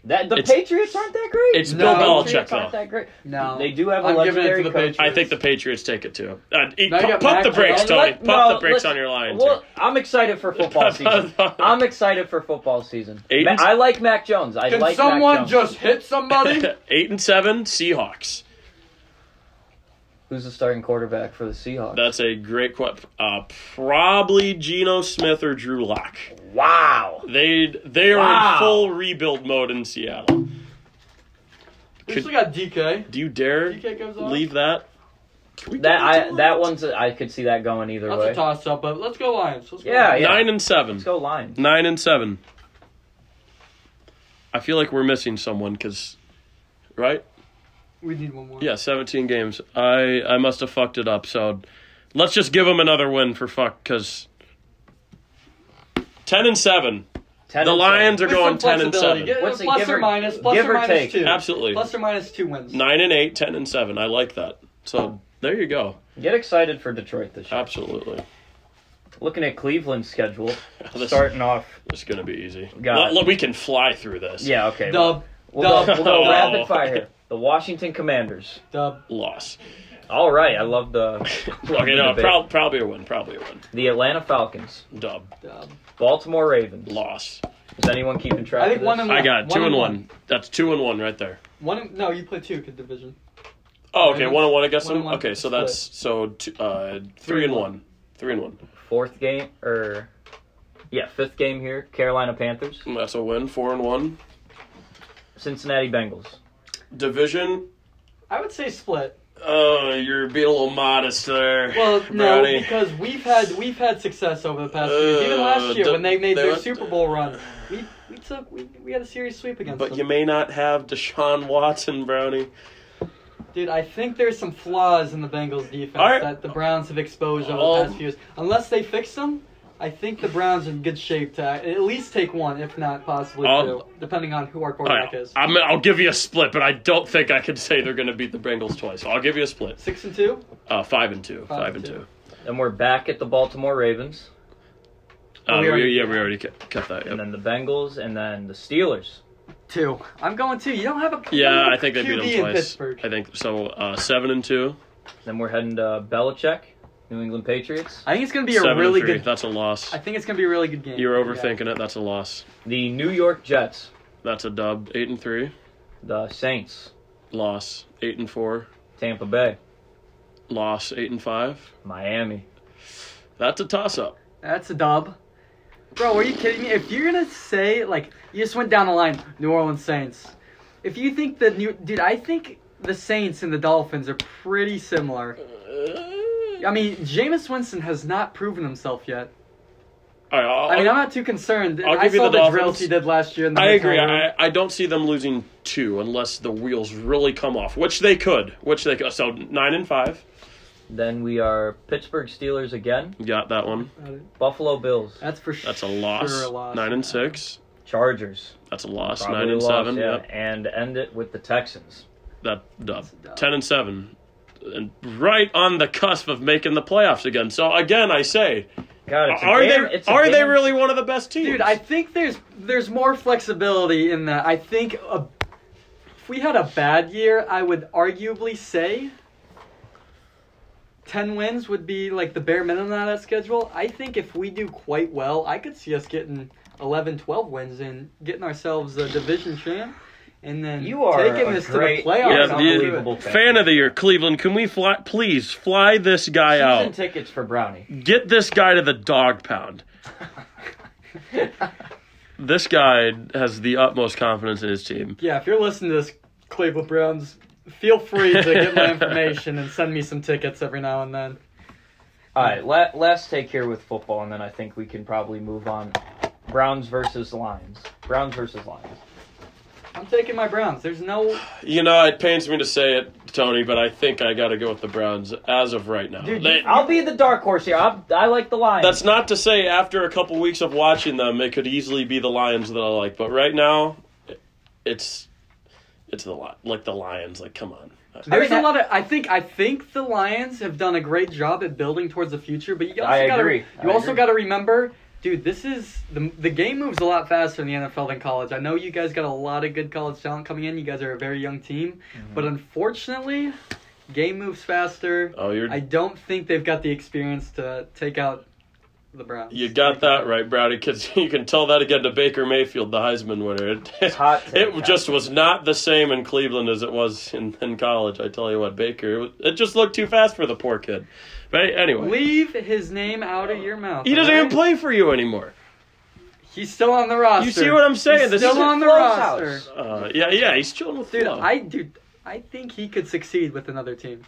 That, the It's- Patriots aren't that great. it's No. Bill Belichick, Patriots aren't though. that great. No. They do have a I'm giving it legendary to the coach. Patriots. I think the Patriots take it too. Uh, e- Now you pu- got pump the Mac brakes, Jones. Tony. Let- Pump no, the brakes listen, on your Lions. Well, I'm excited [LAUGHS] for football season. I'm excited for football season. Aiden- Ma- I like Mac Jones. I Can like Mac someone Jones. just [LAUGHS] hit somebody? 8 and 7, Seahawks. Who's the starting quarterback for the Seahawks? That's a great question. Uh, probably Geno Smith or Drew Lock. wow. They they are in Wow. full rebuild mode in Seattle. we still got DK. Do you dare DK goes off. leave that? Can we That give it to I the that Lions? one's I could see that going either That's way. a toss up, but let's go Lions. Let's go Yeah, Lions. yeah. nine and seven. Let's go Lions. Nine and seven. I feel like we're missing someone because, right? We need one more. Yeah, seventeen games. I I must have fucked it up. So let's just give them another win for fuck because. Ten and seven. Ten The and Lions seven. are With some going ten and flexibility. seven. Get- What's it, plus give or, or- minus, plus give or or minus take? two. Absolutely. Plus or minus two wins. Nine and eight, ten and seven. I like that. So there you go. Get excited for Detroit this year. Absolutely. Looking at Cleveland's schedule, [LAUGHS] This- starting off. It's gonna be easy. Got Look, it. look, we can fly through this. Yeah, okay. Dub. We'll go, Dub. we'll [LAUGHS] go Oh. rapid fire. here. The Washington Commanders. Dub. Loss. [LAUGHS] All right, I love the. Okay, no, the, prob- probably a win. Probably a win. the Atlanta Falcons, Dub. Dub. Baltimore Ravens. Loss. Is anyone keeping track? I think of this? one and I got One two and and one. one. That's two and one right there. One. in- No, you play two kid division. Oh, okay, one and one against One and them. one. Okay, so that's so two, uh, three and one. Three and one. fourth game or yeah, fifth game here. Carolina Panthers, That's a win. Four and one. Cincinnati Bengals. Division. I would say split. Oh, you're being a little modest there. [LAUGHS] Well, no, Brownie. because we've had we've had success over the past few years. Even Uh, last year when they made they their went- Super Bowl run, we we took we, we had a serious sweep against But them. you may not have Deshaun Watson, Brownie. Dude, I think there's some flaws in the Bengals defense All right. that the Browns have exposed over Oh. the past few years. Unless they fix them, I think the Browns are in good shape to at least take one, if not possibly I'll- two, depending on who our All quarterback right, is. I'm, I'll give you a split, but I don't think I could say they're going to beat the Bengals twice. I'll give you a split. Six and two. Uh, five and two. Five, Five and and two. And we're back at the Baltimore Ravens, Uh, Oh, we we- already- yeah, we already ca- cut that. and Yep. then the Bengals, and then the Steelers. Two. I'm going two. You don't have a Yeah, I think they beat QB them in twice. Pittsburgh. I think so. Uh, seven and two. Then we're heading to Belichick, New England Patriots. I think it's going to be a Seven really and three. good. That's a loss. I think it's going to be a really good game. You're Yeah. overthinking it. That's a loss. The New York Jets, That's a dub. Eight and three. the Saints, Loss. Eight and four. Tampa Bay, Loss. Eight and five. Miami. That's a toss up. That's a dub. Bro, are you kidding me? If you're gonna say like you just went down the line, New Orleans Saints. If you think the new dude, I think the Saints and the Dolphins are pretty similar. I mean, Jameis Winston has not proven himself yet. All right, I'll- I mean, I'm not too concerned. I'll I give you saw the the drills Dolphins. he did last year. In the I agree. hotel room. I, I don't see them losing two unless the wheels really come off, which they could. Which they could. So nine and five. Then we are Pittsburgh Steelers again, Got that one. Buffalo Bills, That's for sure. That's a loss. Nine and six. Chargers. That's a loss. Probably Nine and lost, seven. yeah, Yep. And end it with the Texans. That dub. a dub. Ten and seven. And right on the cusp of making the playoffs again. So again, I say, God, it's a are damn- they it's a are they damn- really one of the best teams? Dude, I think there's there's more flexibility in that. I think a, if we had a bad year, I would arguably say ten wins would be like the bare minimum on that schedule. I think if we do quite well, I could see us getting 11, 12 wins and getting ourselves a division champ, and then You are taking a this great- to the playoffs. yeah, It's the- unbelievable. fan of the year, Cleveland. Can we fly? Please fly this guy Season out. tickets for Brownie. Get this guy to the dog pound. This guy has the utmost confidence in his team. Yeah, if you're listening to this, Cleveland Browns, feel free to get my information and send me some tickets every now and then. All right, la- last take here with football, and then I think we can probably move on. Browns versus Lions. Browns versus Lions. I'm taking my Browns. There's no You know, it pains me to say it, Tony, but I think I got to go with the Browns as of right now. Dude, They- I'll be the dark horse here. I'm, I like the Lions. that's not to say after a couple weeks of watching them, it could easily be the Lions that I like. But right now, it- it's it's the Li- like the Lions. Like, come on. There's mean, a lot of. I think. I think the Lions have done a great job at building towards the future, but you also I gotta, agree. You I also agree. got to remember, dude. This is the the game moves a lot faster in the NFL than college. I know you guys got a lot of good college talent coming in. You guys are a very young team, Mm-hmm. but unfortunately, game moves faster. Oh, you're I don't think they've got the experience to take out the Browns. you got that right, Brownie. Because [LAUGHS] you can tell that again to Baker Mayfield, the Heisman winner. It, Hot [LAUGHS] take, it just was not the same in Cleveland as it was in, in college. I tell you what, Baker. It, was- it just looked too fast for the poor kid. But anyway, Leave his name out of your mouth. he doesn't alright? even play for you anymore. He's still on the roster. You see what I'm saying? He's This still is- on the Close roster. house. Uh, yeah, yeah, he's chilling with Dude, Flo. I dude, I think he could succeed with another team.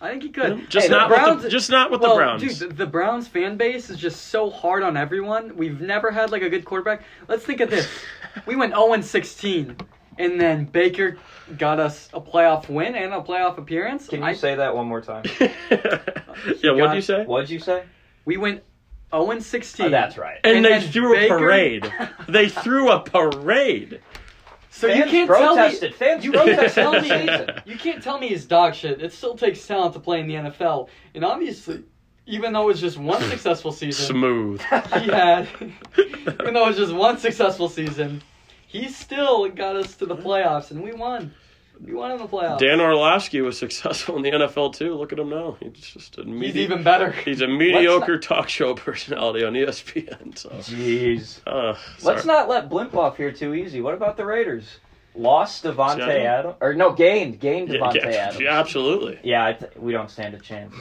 I think he could. just Hey, the not with the, Browns- just not with well, the Browns. dude, the, the Browns fan base is just so hard on everyone. We've never had like a good quarterback. Let's think [LAUGHS] of this: we went 0 16, and then Baker got us a playoff win and a playoff appearance. Can you I- say that one more time? [LAUGHS] yeah, what do got- you say? What'd you say? we went 0 16. Oh, that's right. And, and they then threw Baker- a parade. [LAUGHS] they threw a parade. So you Fans can't tell me. protested. [LAUGHS] Fans You can't protested tell all [LAUGHS] me. season. You can't tell me he's dog shit. It still takes talent to play in the NFL, and obviously, even though it's [LAUGHS] just one successful season, Smooth. [LAUGHS] [LAUGHS] he had, even though it was just one successful season, he still got us to the playoffs, and we won. We won in the playoffs. Dan Orlovsky was successful in the NFL too. Look at him now. He's just a He's medi- even better. he's a mediocre talk show [LAUGHS] personality on E ESPN. So, Jeez. uh, Let's sorry. not let Blimp off here too easy. What about the Raiders? Lost Devontae Seattle? Adams, or no, gained, gained Yeah, Devontae yeah, Adams. yeah, absolutely. Yeah, I th- we don't stand a chance.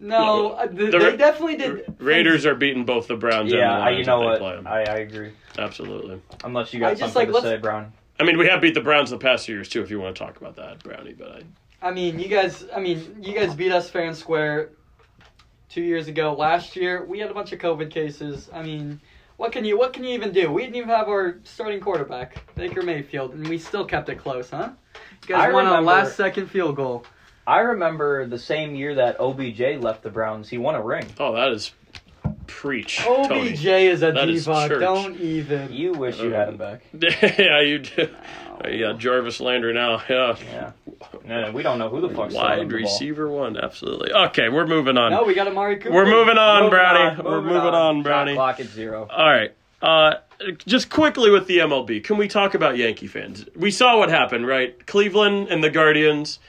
No, uh, th- The Ra- they definitely Ra- did. Raiders are beating both the Browns and yeah, the I, Lions. you know if they what? play 'em. I, I agree. absolutely. Unless you I got just something like, to let's- say, Brown. I mean, we have beat the Browns the past two years too. If you want to talk about that, Brownie, but I, I mean, you guys. I mean, you guys beat us fair and square two years ago. Last year, we had a bunch of COVID cases. I mean, what can you what can you even do? We didn't even have our starting quarterback, Baker Mayfield, and we still kept it close, huh? You guys I won remember- a last second field goal. I remember the same year that OBJ left the Browns, he won a ring. oh, that is preach, Tony. OBJ is a That is diva. church. Don't even. You wish you had him back. [LAUGHS] yeah, you do. Yeah, Jarvis Landry now. Yeah, [LAUGHS] Yeah. No, no, we don't know who the fuck's throwing wide the ball. receiver one. Absolutely. Okay, we're moving on. No, Oh, we got Amari Cooper. We're moving on, Brownie. on, We're moving on, Ah, Shot Brownie. clock at zero. All right. Uh, just quickly with the MLB, can we talk about Yankee fans? We saw what happened, right? Cleveland and the Guardians.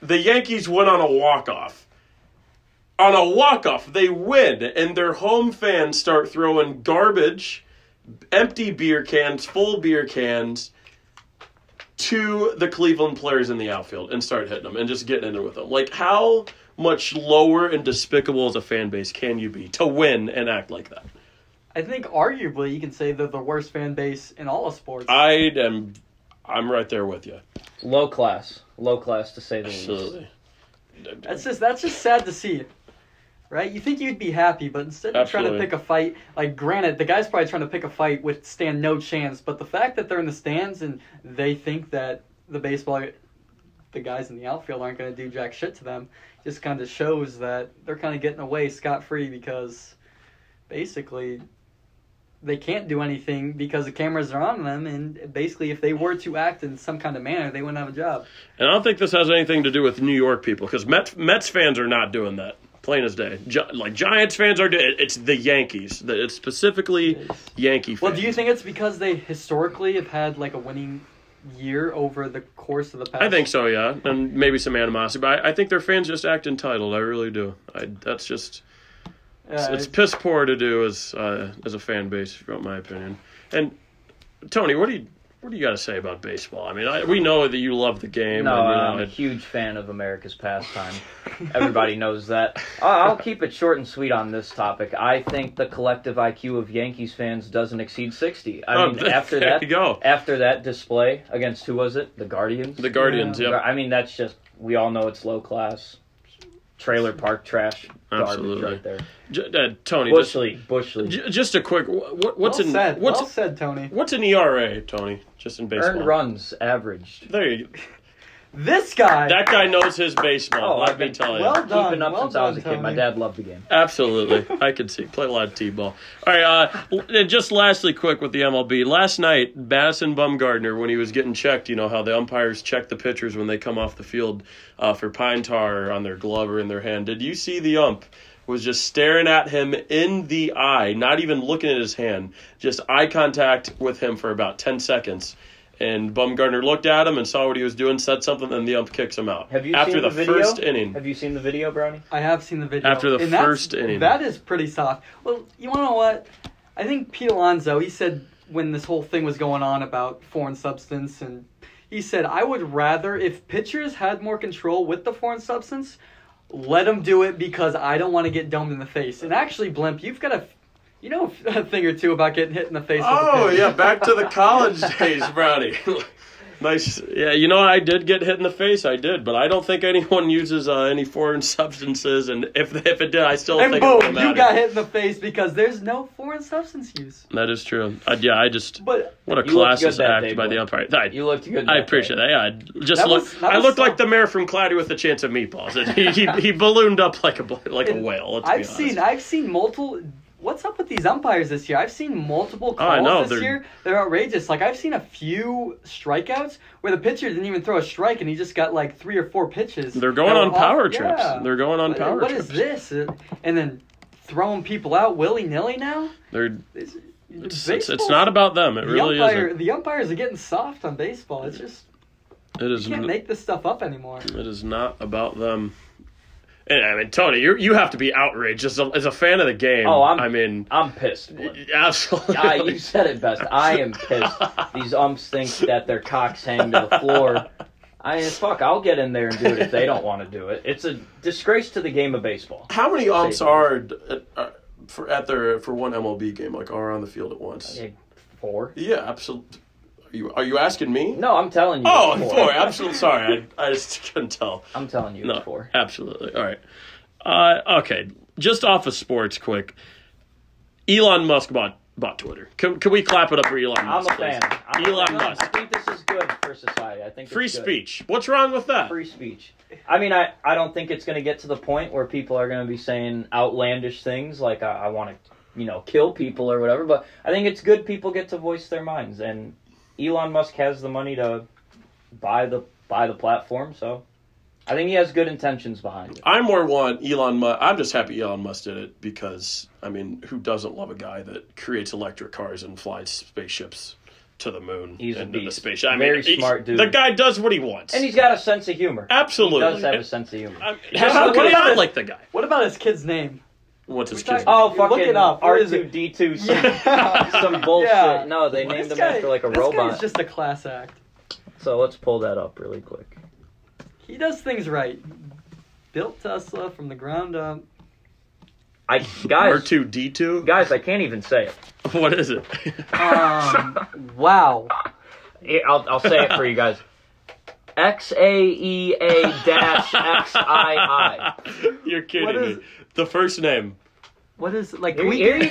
The Yankees went on a walk off. On a walk off, they win, and their home fans start throwing garbage, empty beer cans, full beer cans to the Cleveland players in the outfield and start hitting them and just getting in there with them. Like, how much lower and despicable as a fan base can you be to win and act like that? I think arguably you can say they're the worst fan base in all of sports. I am. I'm right there with you. Low class. Low class to say the least. Absolutely. That's just that's just sad to see. Right? You think you'd be happy, but instead you're trying to Absolutely. pick a fight. Like, granted, the guy's probably trying to pick a fight with stand no chance, but the fact that they're in the stands and they think that the baseball, the guys in the outfield aren't going to do jack shit to them, just kind of shows that they're kind of getting away scot free because basically they can't do anything because the cameras are on them, and basically if they were to act in some kind of manner, they wouldn't have a job. And I don't think this has anything to do with New York people because Mets, Mets fans are not doing that. Plain as day. Gi- like Giants fans are. do- It's the Yankees. The- It's specifically Yankee fans. Well, do you think it's because they historically have had like a winning year over the course of the past? I think so, yeah, and maybe some animosity, but I, I think their fans just act entitled. I really do. I, that's just Uh, it's piss poor to do as uh, as a fan base, from my opinion. And Tony, what do you what do you got to say about baseball? I mean, I, we know that you love the game. No, and, you know, I'm a it- huge fan of America's pastime. Everybody knows that. I- I'll keep it short and sweet on this topic. I think the collective IQ of Yankees fans doesn't exceed 60. I Oh, mean, there- after there that, you go. after that display against who was it? The Guardians. The Guardians, Yeah. yep. I mean, that's just we all know it's low class, trailer park trash, garbage Absolutely. right there. J- uh, Tony, Bush just, league, bush league. j- just a quick. What, what's well an said. what's well said, Tony. what's an ERA, Tony? Just in baseball. Earned runs averaged. There you. go. This guy. That guy knows his [LAUGHS] baseball. Oh, let I've me been- tell you. well- done, Keeping up well since I was a done, kid. My Tony. dad loved the game. Absolutely, I can see. Play a lot of t-ball. All right, uh, l- and just lastly, quick with the MLB. Last night, Madison Bumgarner, when he was getting checked, you know how the umpires check the pitchers when they come off the field uh, for pine tar on their glove or in their hand. Did you see the ump was just staring at him in the eye, not even looking at his hand, just eye contact with him for about ten seconds. And Bumgarner looked at him and saw what he was doing, said something, and the ump kicks him out. Have you after seen the, the video? first inning? Have you seen the video, Brownie? I have seen the video. After the And that's- first inning. That is pretty soft. Well, you want to know what? I think Pete Alonso, he said when this whole thing was going on about foreign substance, and he said, I would rather, if pitchers had more control with the foreign substance, let them do it because I don't want to get domed in the face. And actually, Blimp, you've got a, you know, a thing or two about getting hit in the face. with a Oh [LAUGHS] pitch. yeah, back to the college days, Brownie. [LAUGHS] nice. Yeah, you know I did get hit in the face. I did, but I don't think anyone [LAUGHS] uses uh, any foreign [LAUGHS] substances. And if if it did, I still And think boom, it would you got hit in the face because there's no foreign substance use. That is true. I, yeah, I just But what a You looked classless good that act day, by the boy. umpire. I, You looked good. I that appreciate day. that. Yeah, I just That look. was- that I was looked like tough. the mayor from Cloudy with a Chance of Meatballs. And he, [LAUGHS] he he ballooned up like a bl- like a And whale. Let's be I've honest. seen I've seen multiple. What's up with these umpires this year? I've seen multiple Oh, I calls know, this they're- year. They're outrageous. Like I've seen a few strikeouts where the pitcher didn't even throw a strike and he just got like three or four pitches. They're going that were on off- power trips. Yeah. They're going on What- power What trips. is this? Uh, And then throwing people out willy nilly now. They're It's, it's, it's, it's not about them. It the really umpire. isn't. The umpires are getting soft on baseball. It's just It is you can't n- make this stuff up anymore. It is not about them. And I mean, Tony, you you have to be outraged as a, as a fan of the game. Oh, I'm- I mean, [LAUGHS] I'm pissed. Blake. absolutely. I, you said it best. I am pissed. These umps think that their cocks hang to the floor. I fuck. I'll get in there and do it if they don't want to do it. It's a disgrace to the game of baseball. [LAUGHS] How many umps Say- are, d- uh, at- are for at their for one MLB game like are on the field at once? Okay, Four. Yeah, absolutely. Are you, are you asking me? No, I'm telling you. Oh, it's boy, I'm so sorry. I, I just [LAUGHS] couldn't tell. I'm telling you No, it's four. absolutely. All right. Uh, okay, just off of sports, quick. Elon Musk bought bought Twitter. Can, can we clap it up for Elon I'm Musk? a fan. please? I'm a Elon fan. Musk. I think this is good for society. I think Free it's good. speech. What's wrong with that? Free speech. I mean, I, I don't think it's going to get to the point where people are going to be saying outlandish things like I, I want to, you know, kill people or whatever. But I think it's good people get to voice their minds, and Elon Musk has the money to buy the buy the platform, so I think he has good intentions behind it. I more want Elon Musk. I'm just happy Elon Musk did it because, I mean, who doesn't love a guy that creates electric cars and flies spaceships to the moon He's a and to the beast. space? I Very mean, he's- smart dude. The guy does what he wants. And he's got a sense of humor. Absolutely. He does have a sense of humor. I mean, how what could I about not it? like the guy? What about his kid's name? What's his We're kid's talking- Oh, Look fucking it up. What is it? R2D2, [LAUGHS] some, Yeah. some bullshit. Yeah. No, they named him after like a this robot. guy's just a class act. So let's pull that up really quick. He does things right. Built Tesla from the ground [LAUGHS] up. I name? Oh, guys, R2D2? guys, I can't even say it. [LAUGHS] What is it? Um, wow. Here, I'll, I'll say it for you guys. X A E A dash X I I. [LAUGHS] You're kidding What is- me. The first name. What is like? Here, we, here you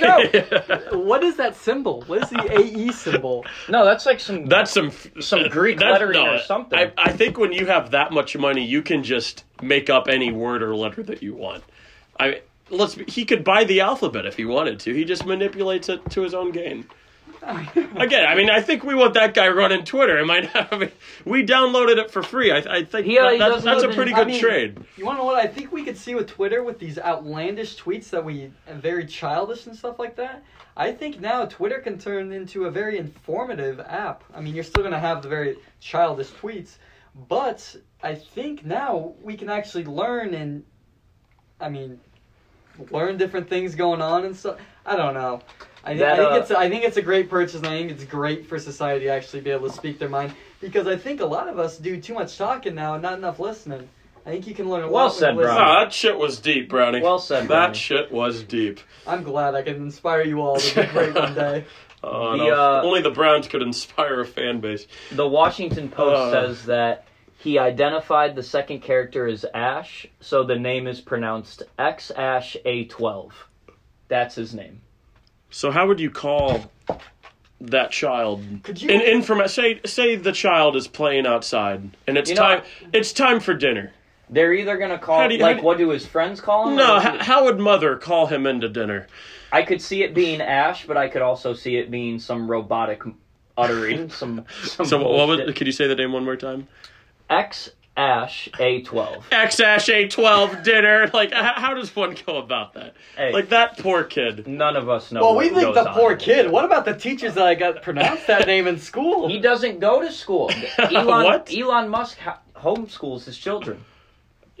[LAUGHS] go. What is that symbol? What is the AE [LAUGHS] symbol? No, that's like some. That's some uh, Some Greek that's- lettering or something. I, I think when you have that much money, you can just make up any word or letter that you want. I let's be- he could buy the alphabet if he wanted to. He just manipulates it to his own gain. Again, I mean, I think we want that guy running Twitter. [LAUGHS] Am I? Not, I mean, we downloaded it for free. I, I think He- uh, he that- that's, doesn't that's a live in- pretty I good mean, trade. You want to know what I think we could see with Twitter with these outlandish tweets that we very childish and stuff like that? I think now Twitter can turn into a very informative app. I mean, you're still going to have the very childish tweets, but I think now we can actually learn and, I mean, learn different things going on and stuff. I don't know. I, That, I think uh, it's I think it's a great purchase. And I think it's great for society to actually be able to speak their mind because I think a lot of us do too much talking now and not enough listening. I think you can learn a Well lot. said, when you listen. Brownie. Ah, that shit was deep, Brownie. Well said, That Brownie. shit was deep. I'm glad I can inspire you all to be great one [LAUGHS] day. Oh, The, no. uh, Only the Browns could inspire a fan base. The Washington Post Uh. says that he identified the second character as Ash, so the name is pronounced X Ash A12. That's his name. So how would you call that child? Could you- In, informa- say say the child is playing outside and it's You know- time it's time for dinner. They're either gonna call How do you- how like do- what do his friends call him? No, or what do- h- how would mother call him into dinner? I could see it being Ash, but I could also see it being some robotic uttering. Some, some So what was? bullshit. Could you say the name one more time? X Ash A12. X Ash A twelve dinner. Like h- how does one go about that? Hey. Like that poor kid. None of us know. Well, what we think goes the on. poor kid. What about the teachers that I got pronounced that name in school? He doesn't go [LAUGHS] to school. Elon, What? Elon Musk ho- homeschools his children.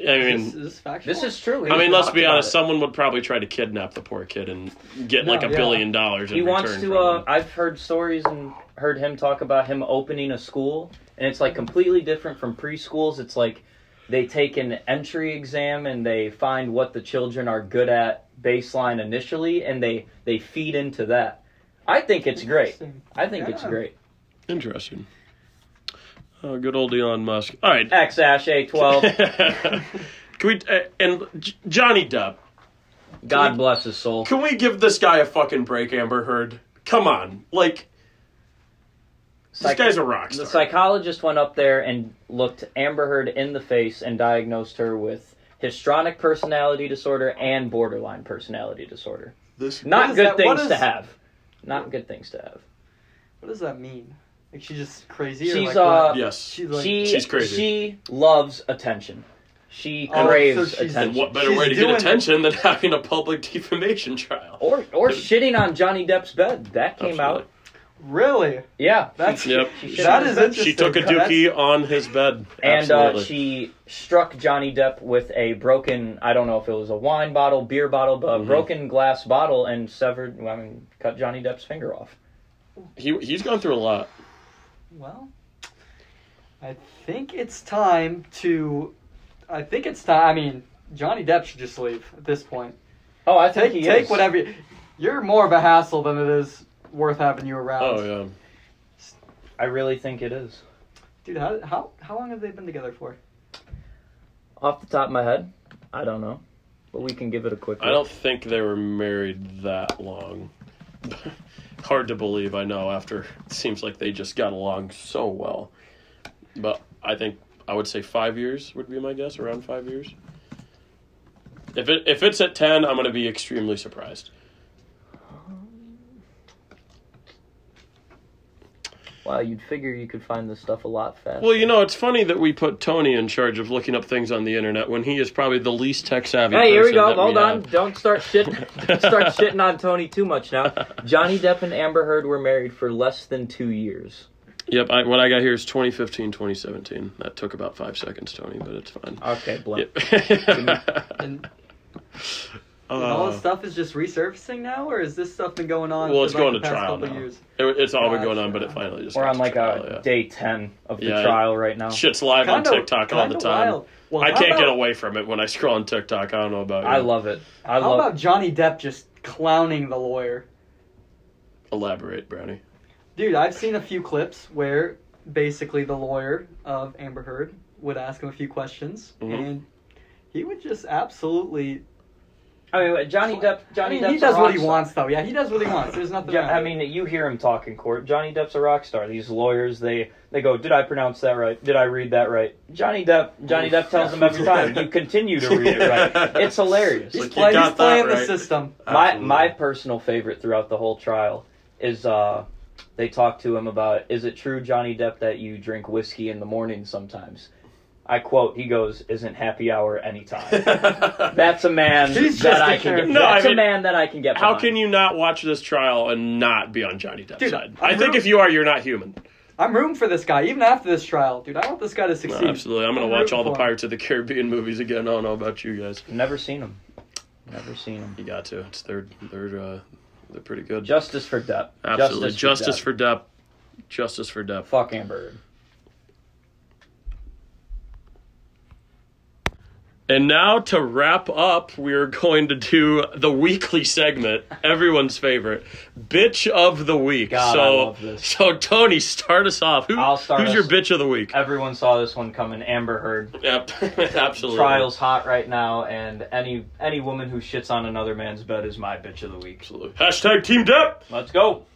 I This mean, is factual. This is true. He I mean, let's talked be about honest. it. Someone would probably try to kidnap the poor kid and get like No, a yeah. billion dollars. In He wants return to. from Uh, them. I've heard stories and heard him talk about him opening a school, and it's like completely different from preschools. It's like they take an entry exam and they find what the children are good at baseline initially, and they they feed into that. I think it's great. Interesting. I think it's Yeah. great. Interesting. Oh, good old Elon Musk. All right. X Ash A twelve. [LAUGHS] Can we uh, and J- Johnny Depp? God bless his soul. Can we give this guy a fucking break, Amber Heard? Come on, like Psych- this guy's a rock The star. psychologist went up there and looked Amber Heard in the face and diagnosed her with histrionic personality disorder and borderline personality disorder. this Not is good that- what things to is- have. Not good things to have. What does that mean? Like she's just crazy. She's, or like, uh, what? yes. she's like she She's crazy. she loves attention. She Oh, so craves she's- and attention. what better She's way to get doing it. attention than having a public [LAUGHS] defamation trial? Or or shitting on Johnny Depp's bed. That came Absolutely. out. really. Yeah. That's Yep. She shit that on is his bed. interesting. She took a That's- dookie on his bed. And uh, Absolutely. she struck Johnny Depp with a broken, I don't know if it was a wine bottle, beer bottle, but a Mhm. broken glass bottle and severed, I mean, cut Johnny Depp's finger off. he he's gone through a lot. Well, I think it's time to. I think it's time. I mean, Johnny Depp should just leave at this point. Oh, I think Take he take is. whatever. You, you're more of a hassle than it is worth having you around. Oh yeah. I really think it is. Dude, how, how how long have they been together for? Off the top of my head, I don't know, but we can give it a quick. I look. don't think they were married that long. [LAUGHS] Hard to believe, I know, after it seems like they just got along so well. But I think I would say five years would be my guess, around five years. If it if it's at ten, I'm gonna be extremely surprised. Wow, you'd figure you could find this stuff a lot faster. Well, you know, it's funny that we put Tony in charge of looking up things on the internet when he is probably the least tech savvy. Hey, here we person go. that Hold on. have. Don't start shit. [LAUGHS] don't start shitting on Tony too much now. Johnny Depp and Amber Heard were married for less than two years. Yep, I, what I got here is 2015, 2017. That took about five seconds, Tony, but it's fine. Okay, blunt. [LAUGHS] Yep. And and all Uh, this stuff is just resurfacing now, or is this stuff been going on? Well, for it's like going the to past trial couple now. Years? It- it's all been going on, Gotcha. but it finally just. We're got on to like trial, a yeah. day ten of the Yeah. trial right now. Shit's live Kinda- on TikTok all the kinda time. wild. Well, I how can't get about- away from it when I scroll on TikTok. I don't know about you. I love it. I How love. about Johnny Depp just clowning the lawyer? elaborate, [LAUGHS] Brownie. Dude, I've seen a few clips where basically the lawyer of Amber Heard would ask him a few questions, Mhm. and he would just absolutely. I mean, wait, Johnny Depp. Johnny I mean, he Depp's does a what he rock star. wants, though. Yeah, he does what he wants. There's nothing. Yeah, wrong I with it. mean, you hear him talk in court. Johnny Depp's a rock star. These lawyers, they they go, "Did I pronounce that right? Did I read that right?" Johnny Depp. Johnny Depp tells [LAUGHS] them every time, "You continue to read it right." It's hilarious. he's, Like, you play- he's got that playing the right. system. my Absolutely. my personal favorite throughout the whole trial is uh they talk to him about is it true Johnny Depp that you drink whiskey in the morning sometimes? I quote, he goes, "Isn't happy hour anytime." [LAUGHS] That's a man He's that just I a can. Get, character. No, I that's mean, a man that I can get. How behind. can you not watch this trial and not be on Johnny Depp's Dude, side? I'm I think real- if you are, you're not [LAUGHS] human. I'm rooting for this guy, even after this trial, dude. I want this guy No, to succeed. absolutely. I'm going I'm to watch rooting all the for him. Pirates of the Caribbean movies again. I don't know about you guys. Never seen him. Never seen him. You got to. It's they're they're uh, they're pretty good. Justice for Depp. Absolutely. Justice Depp. for Depp. Justice for Depp. Fuck Amber. And now to wrap up, we are going to do the weekly segment, everyone's favorite, bitch of the week. God, so, I love this. so Tony, start us off. Who, I'll start who's us- your bitch of the week? Everyone saw this one coming. Amber Heard. Yep, [LAUGHS] absolutely. Trial's hot right now, and any any woman who shits on another man's bed is my bitch of the week. Absolutely. Hashtag Team Depp. Let's go.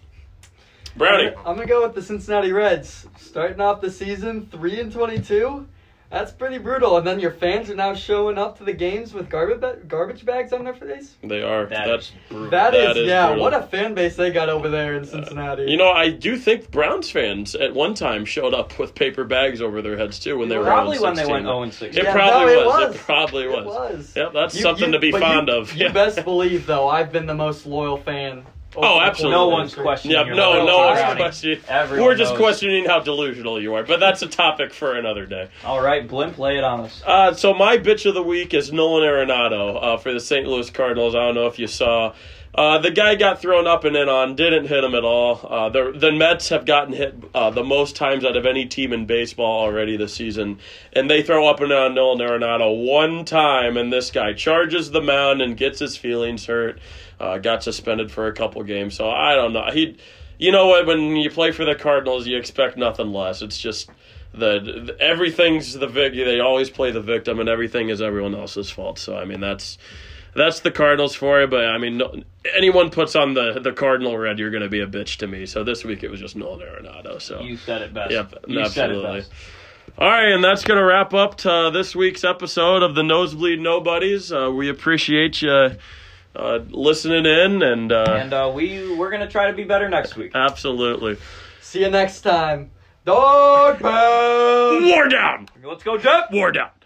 Brownie. I'm gonna go with the Cincinnati Reds, starting off the season three and twenty-two. That's pretty brutal. And then your fans are now showing up to the games with garbage ba- garbage bags on their face. They are. That's. That's brutal. That is, That is yeah. brutal. Uh, What a fan base they got over there in Cincinnati. You know, I do think Browns fans at one time showed up with paper bags over their heads too when they were probably 0 when they went 16. 0 6. It Yeah, probably no, it was. It was. probably it was. was. Yep, that's You- something you- to be but fond you, of. You Yeah. best believe, though, I've been the most loyal fan. over Oh, the absolutely. No course of one's history. questioning. Yep, your no, loyalty, no one's Brownie. questioning. Everyone We're just knows. questioning how delusional you are, but that's a topic for another day. All right, Blimp, lay it on us. Uh, so my bitch of the week is Nolan Arenado uh, for the St. Louis Cardinals. I don't know if you saw. Uh, the guy got thrown up and in on, didn't hit him at all. Uh, the, the Mets have gotten hit uh, the most times out of any team in baseball already this season, and they throw up and in on Nolan Arenado one time, and this guy charges the mound and gets his feelings hurt. Uh, got suspended for a couple games, so I don't know. He, you know what? When you play for the Cardinals, you expect nothing less. It's just the, the- everything's the victim. They always play the victim, and everything is everyone else's fault. So I mean, that's that's the Cardinals for you. But I mean, no, anyone puts on the the Cardinal red, you're going to be a bitch to me. So this week it was just Nolan Arenado. So You said it best. Yep, you said absolutely. it best. all right, and that's going to wrap up to this week's episode of the Nosebleed Nobodies. Uh, we appreciate you uh, listening in, and, uh, And uh, we we're gonna try to be better next week. absolutely, See you next time. Dog pound. war down, [LAUGHS] Let's go, Jeff. war down.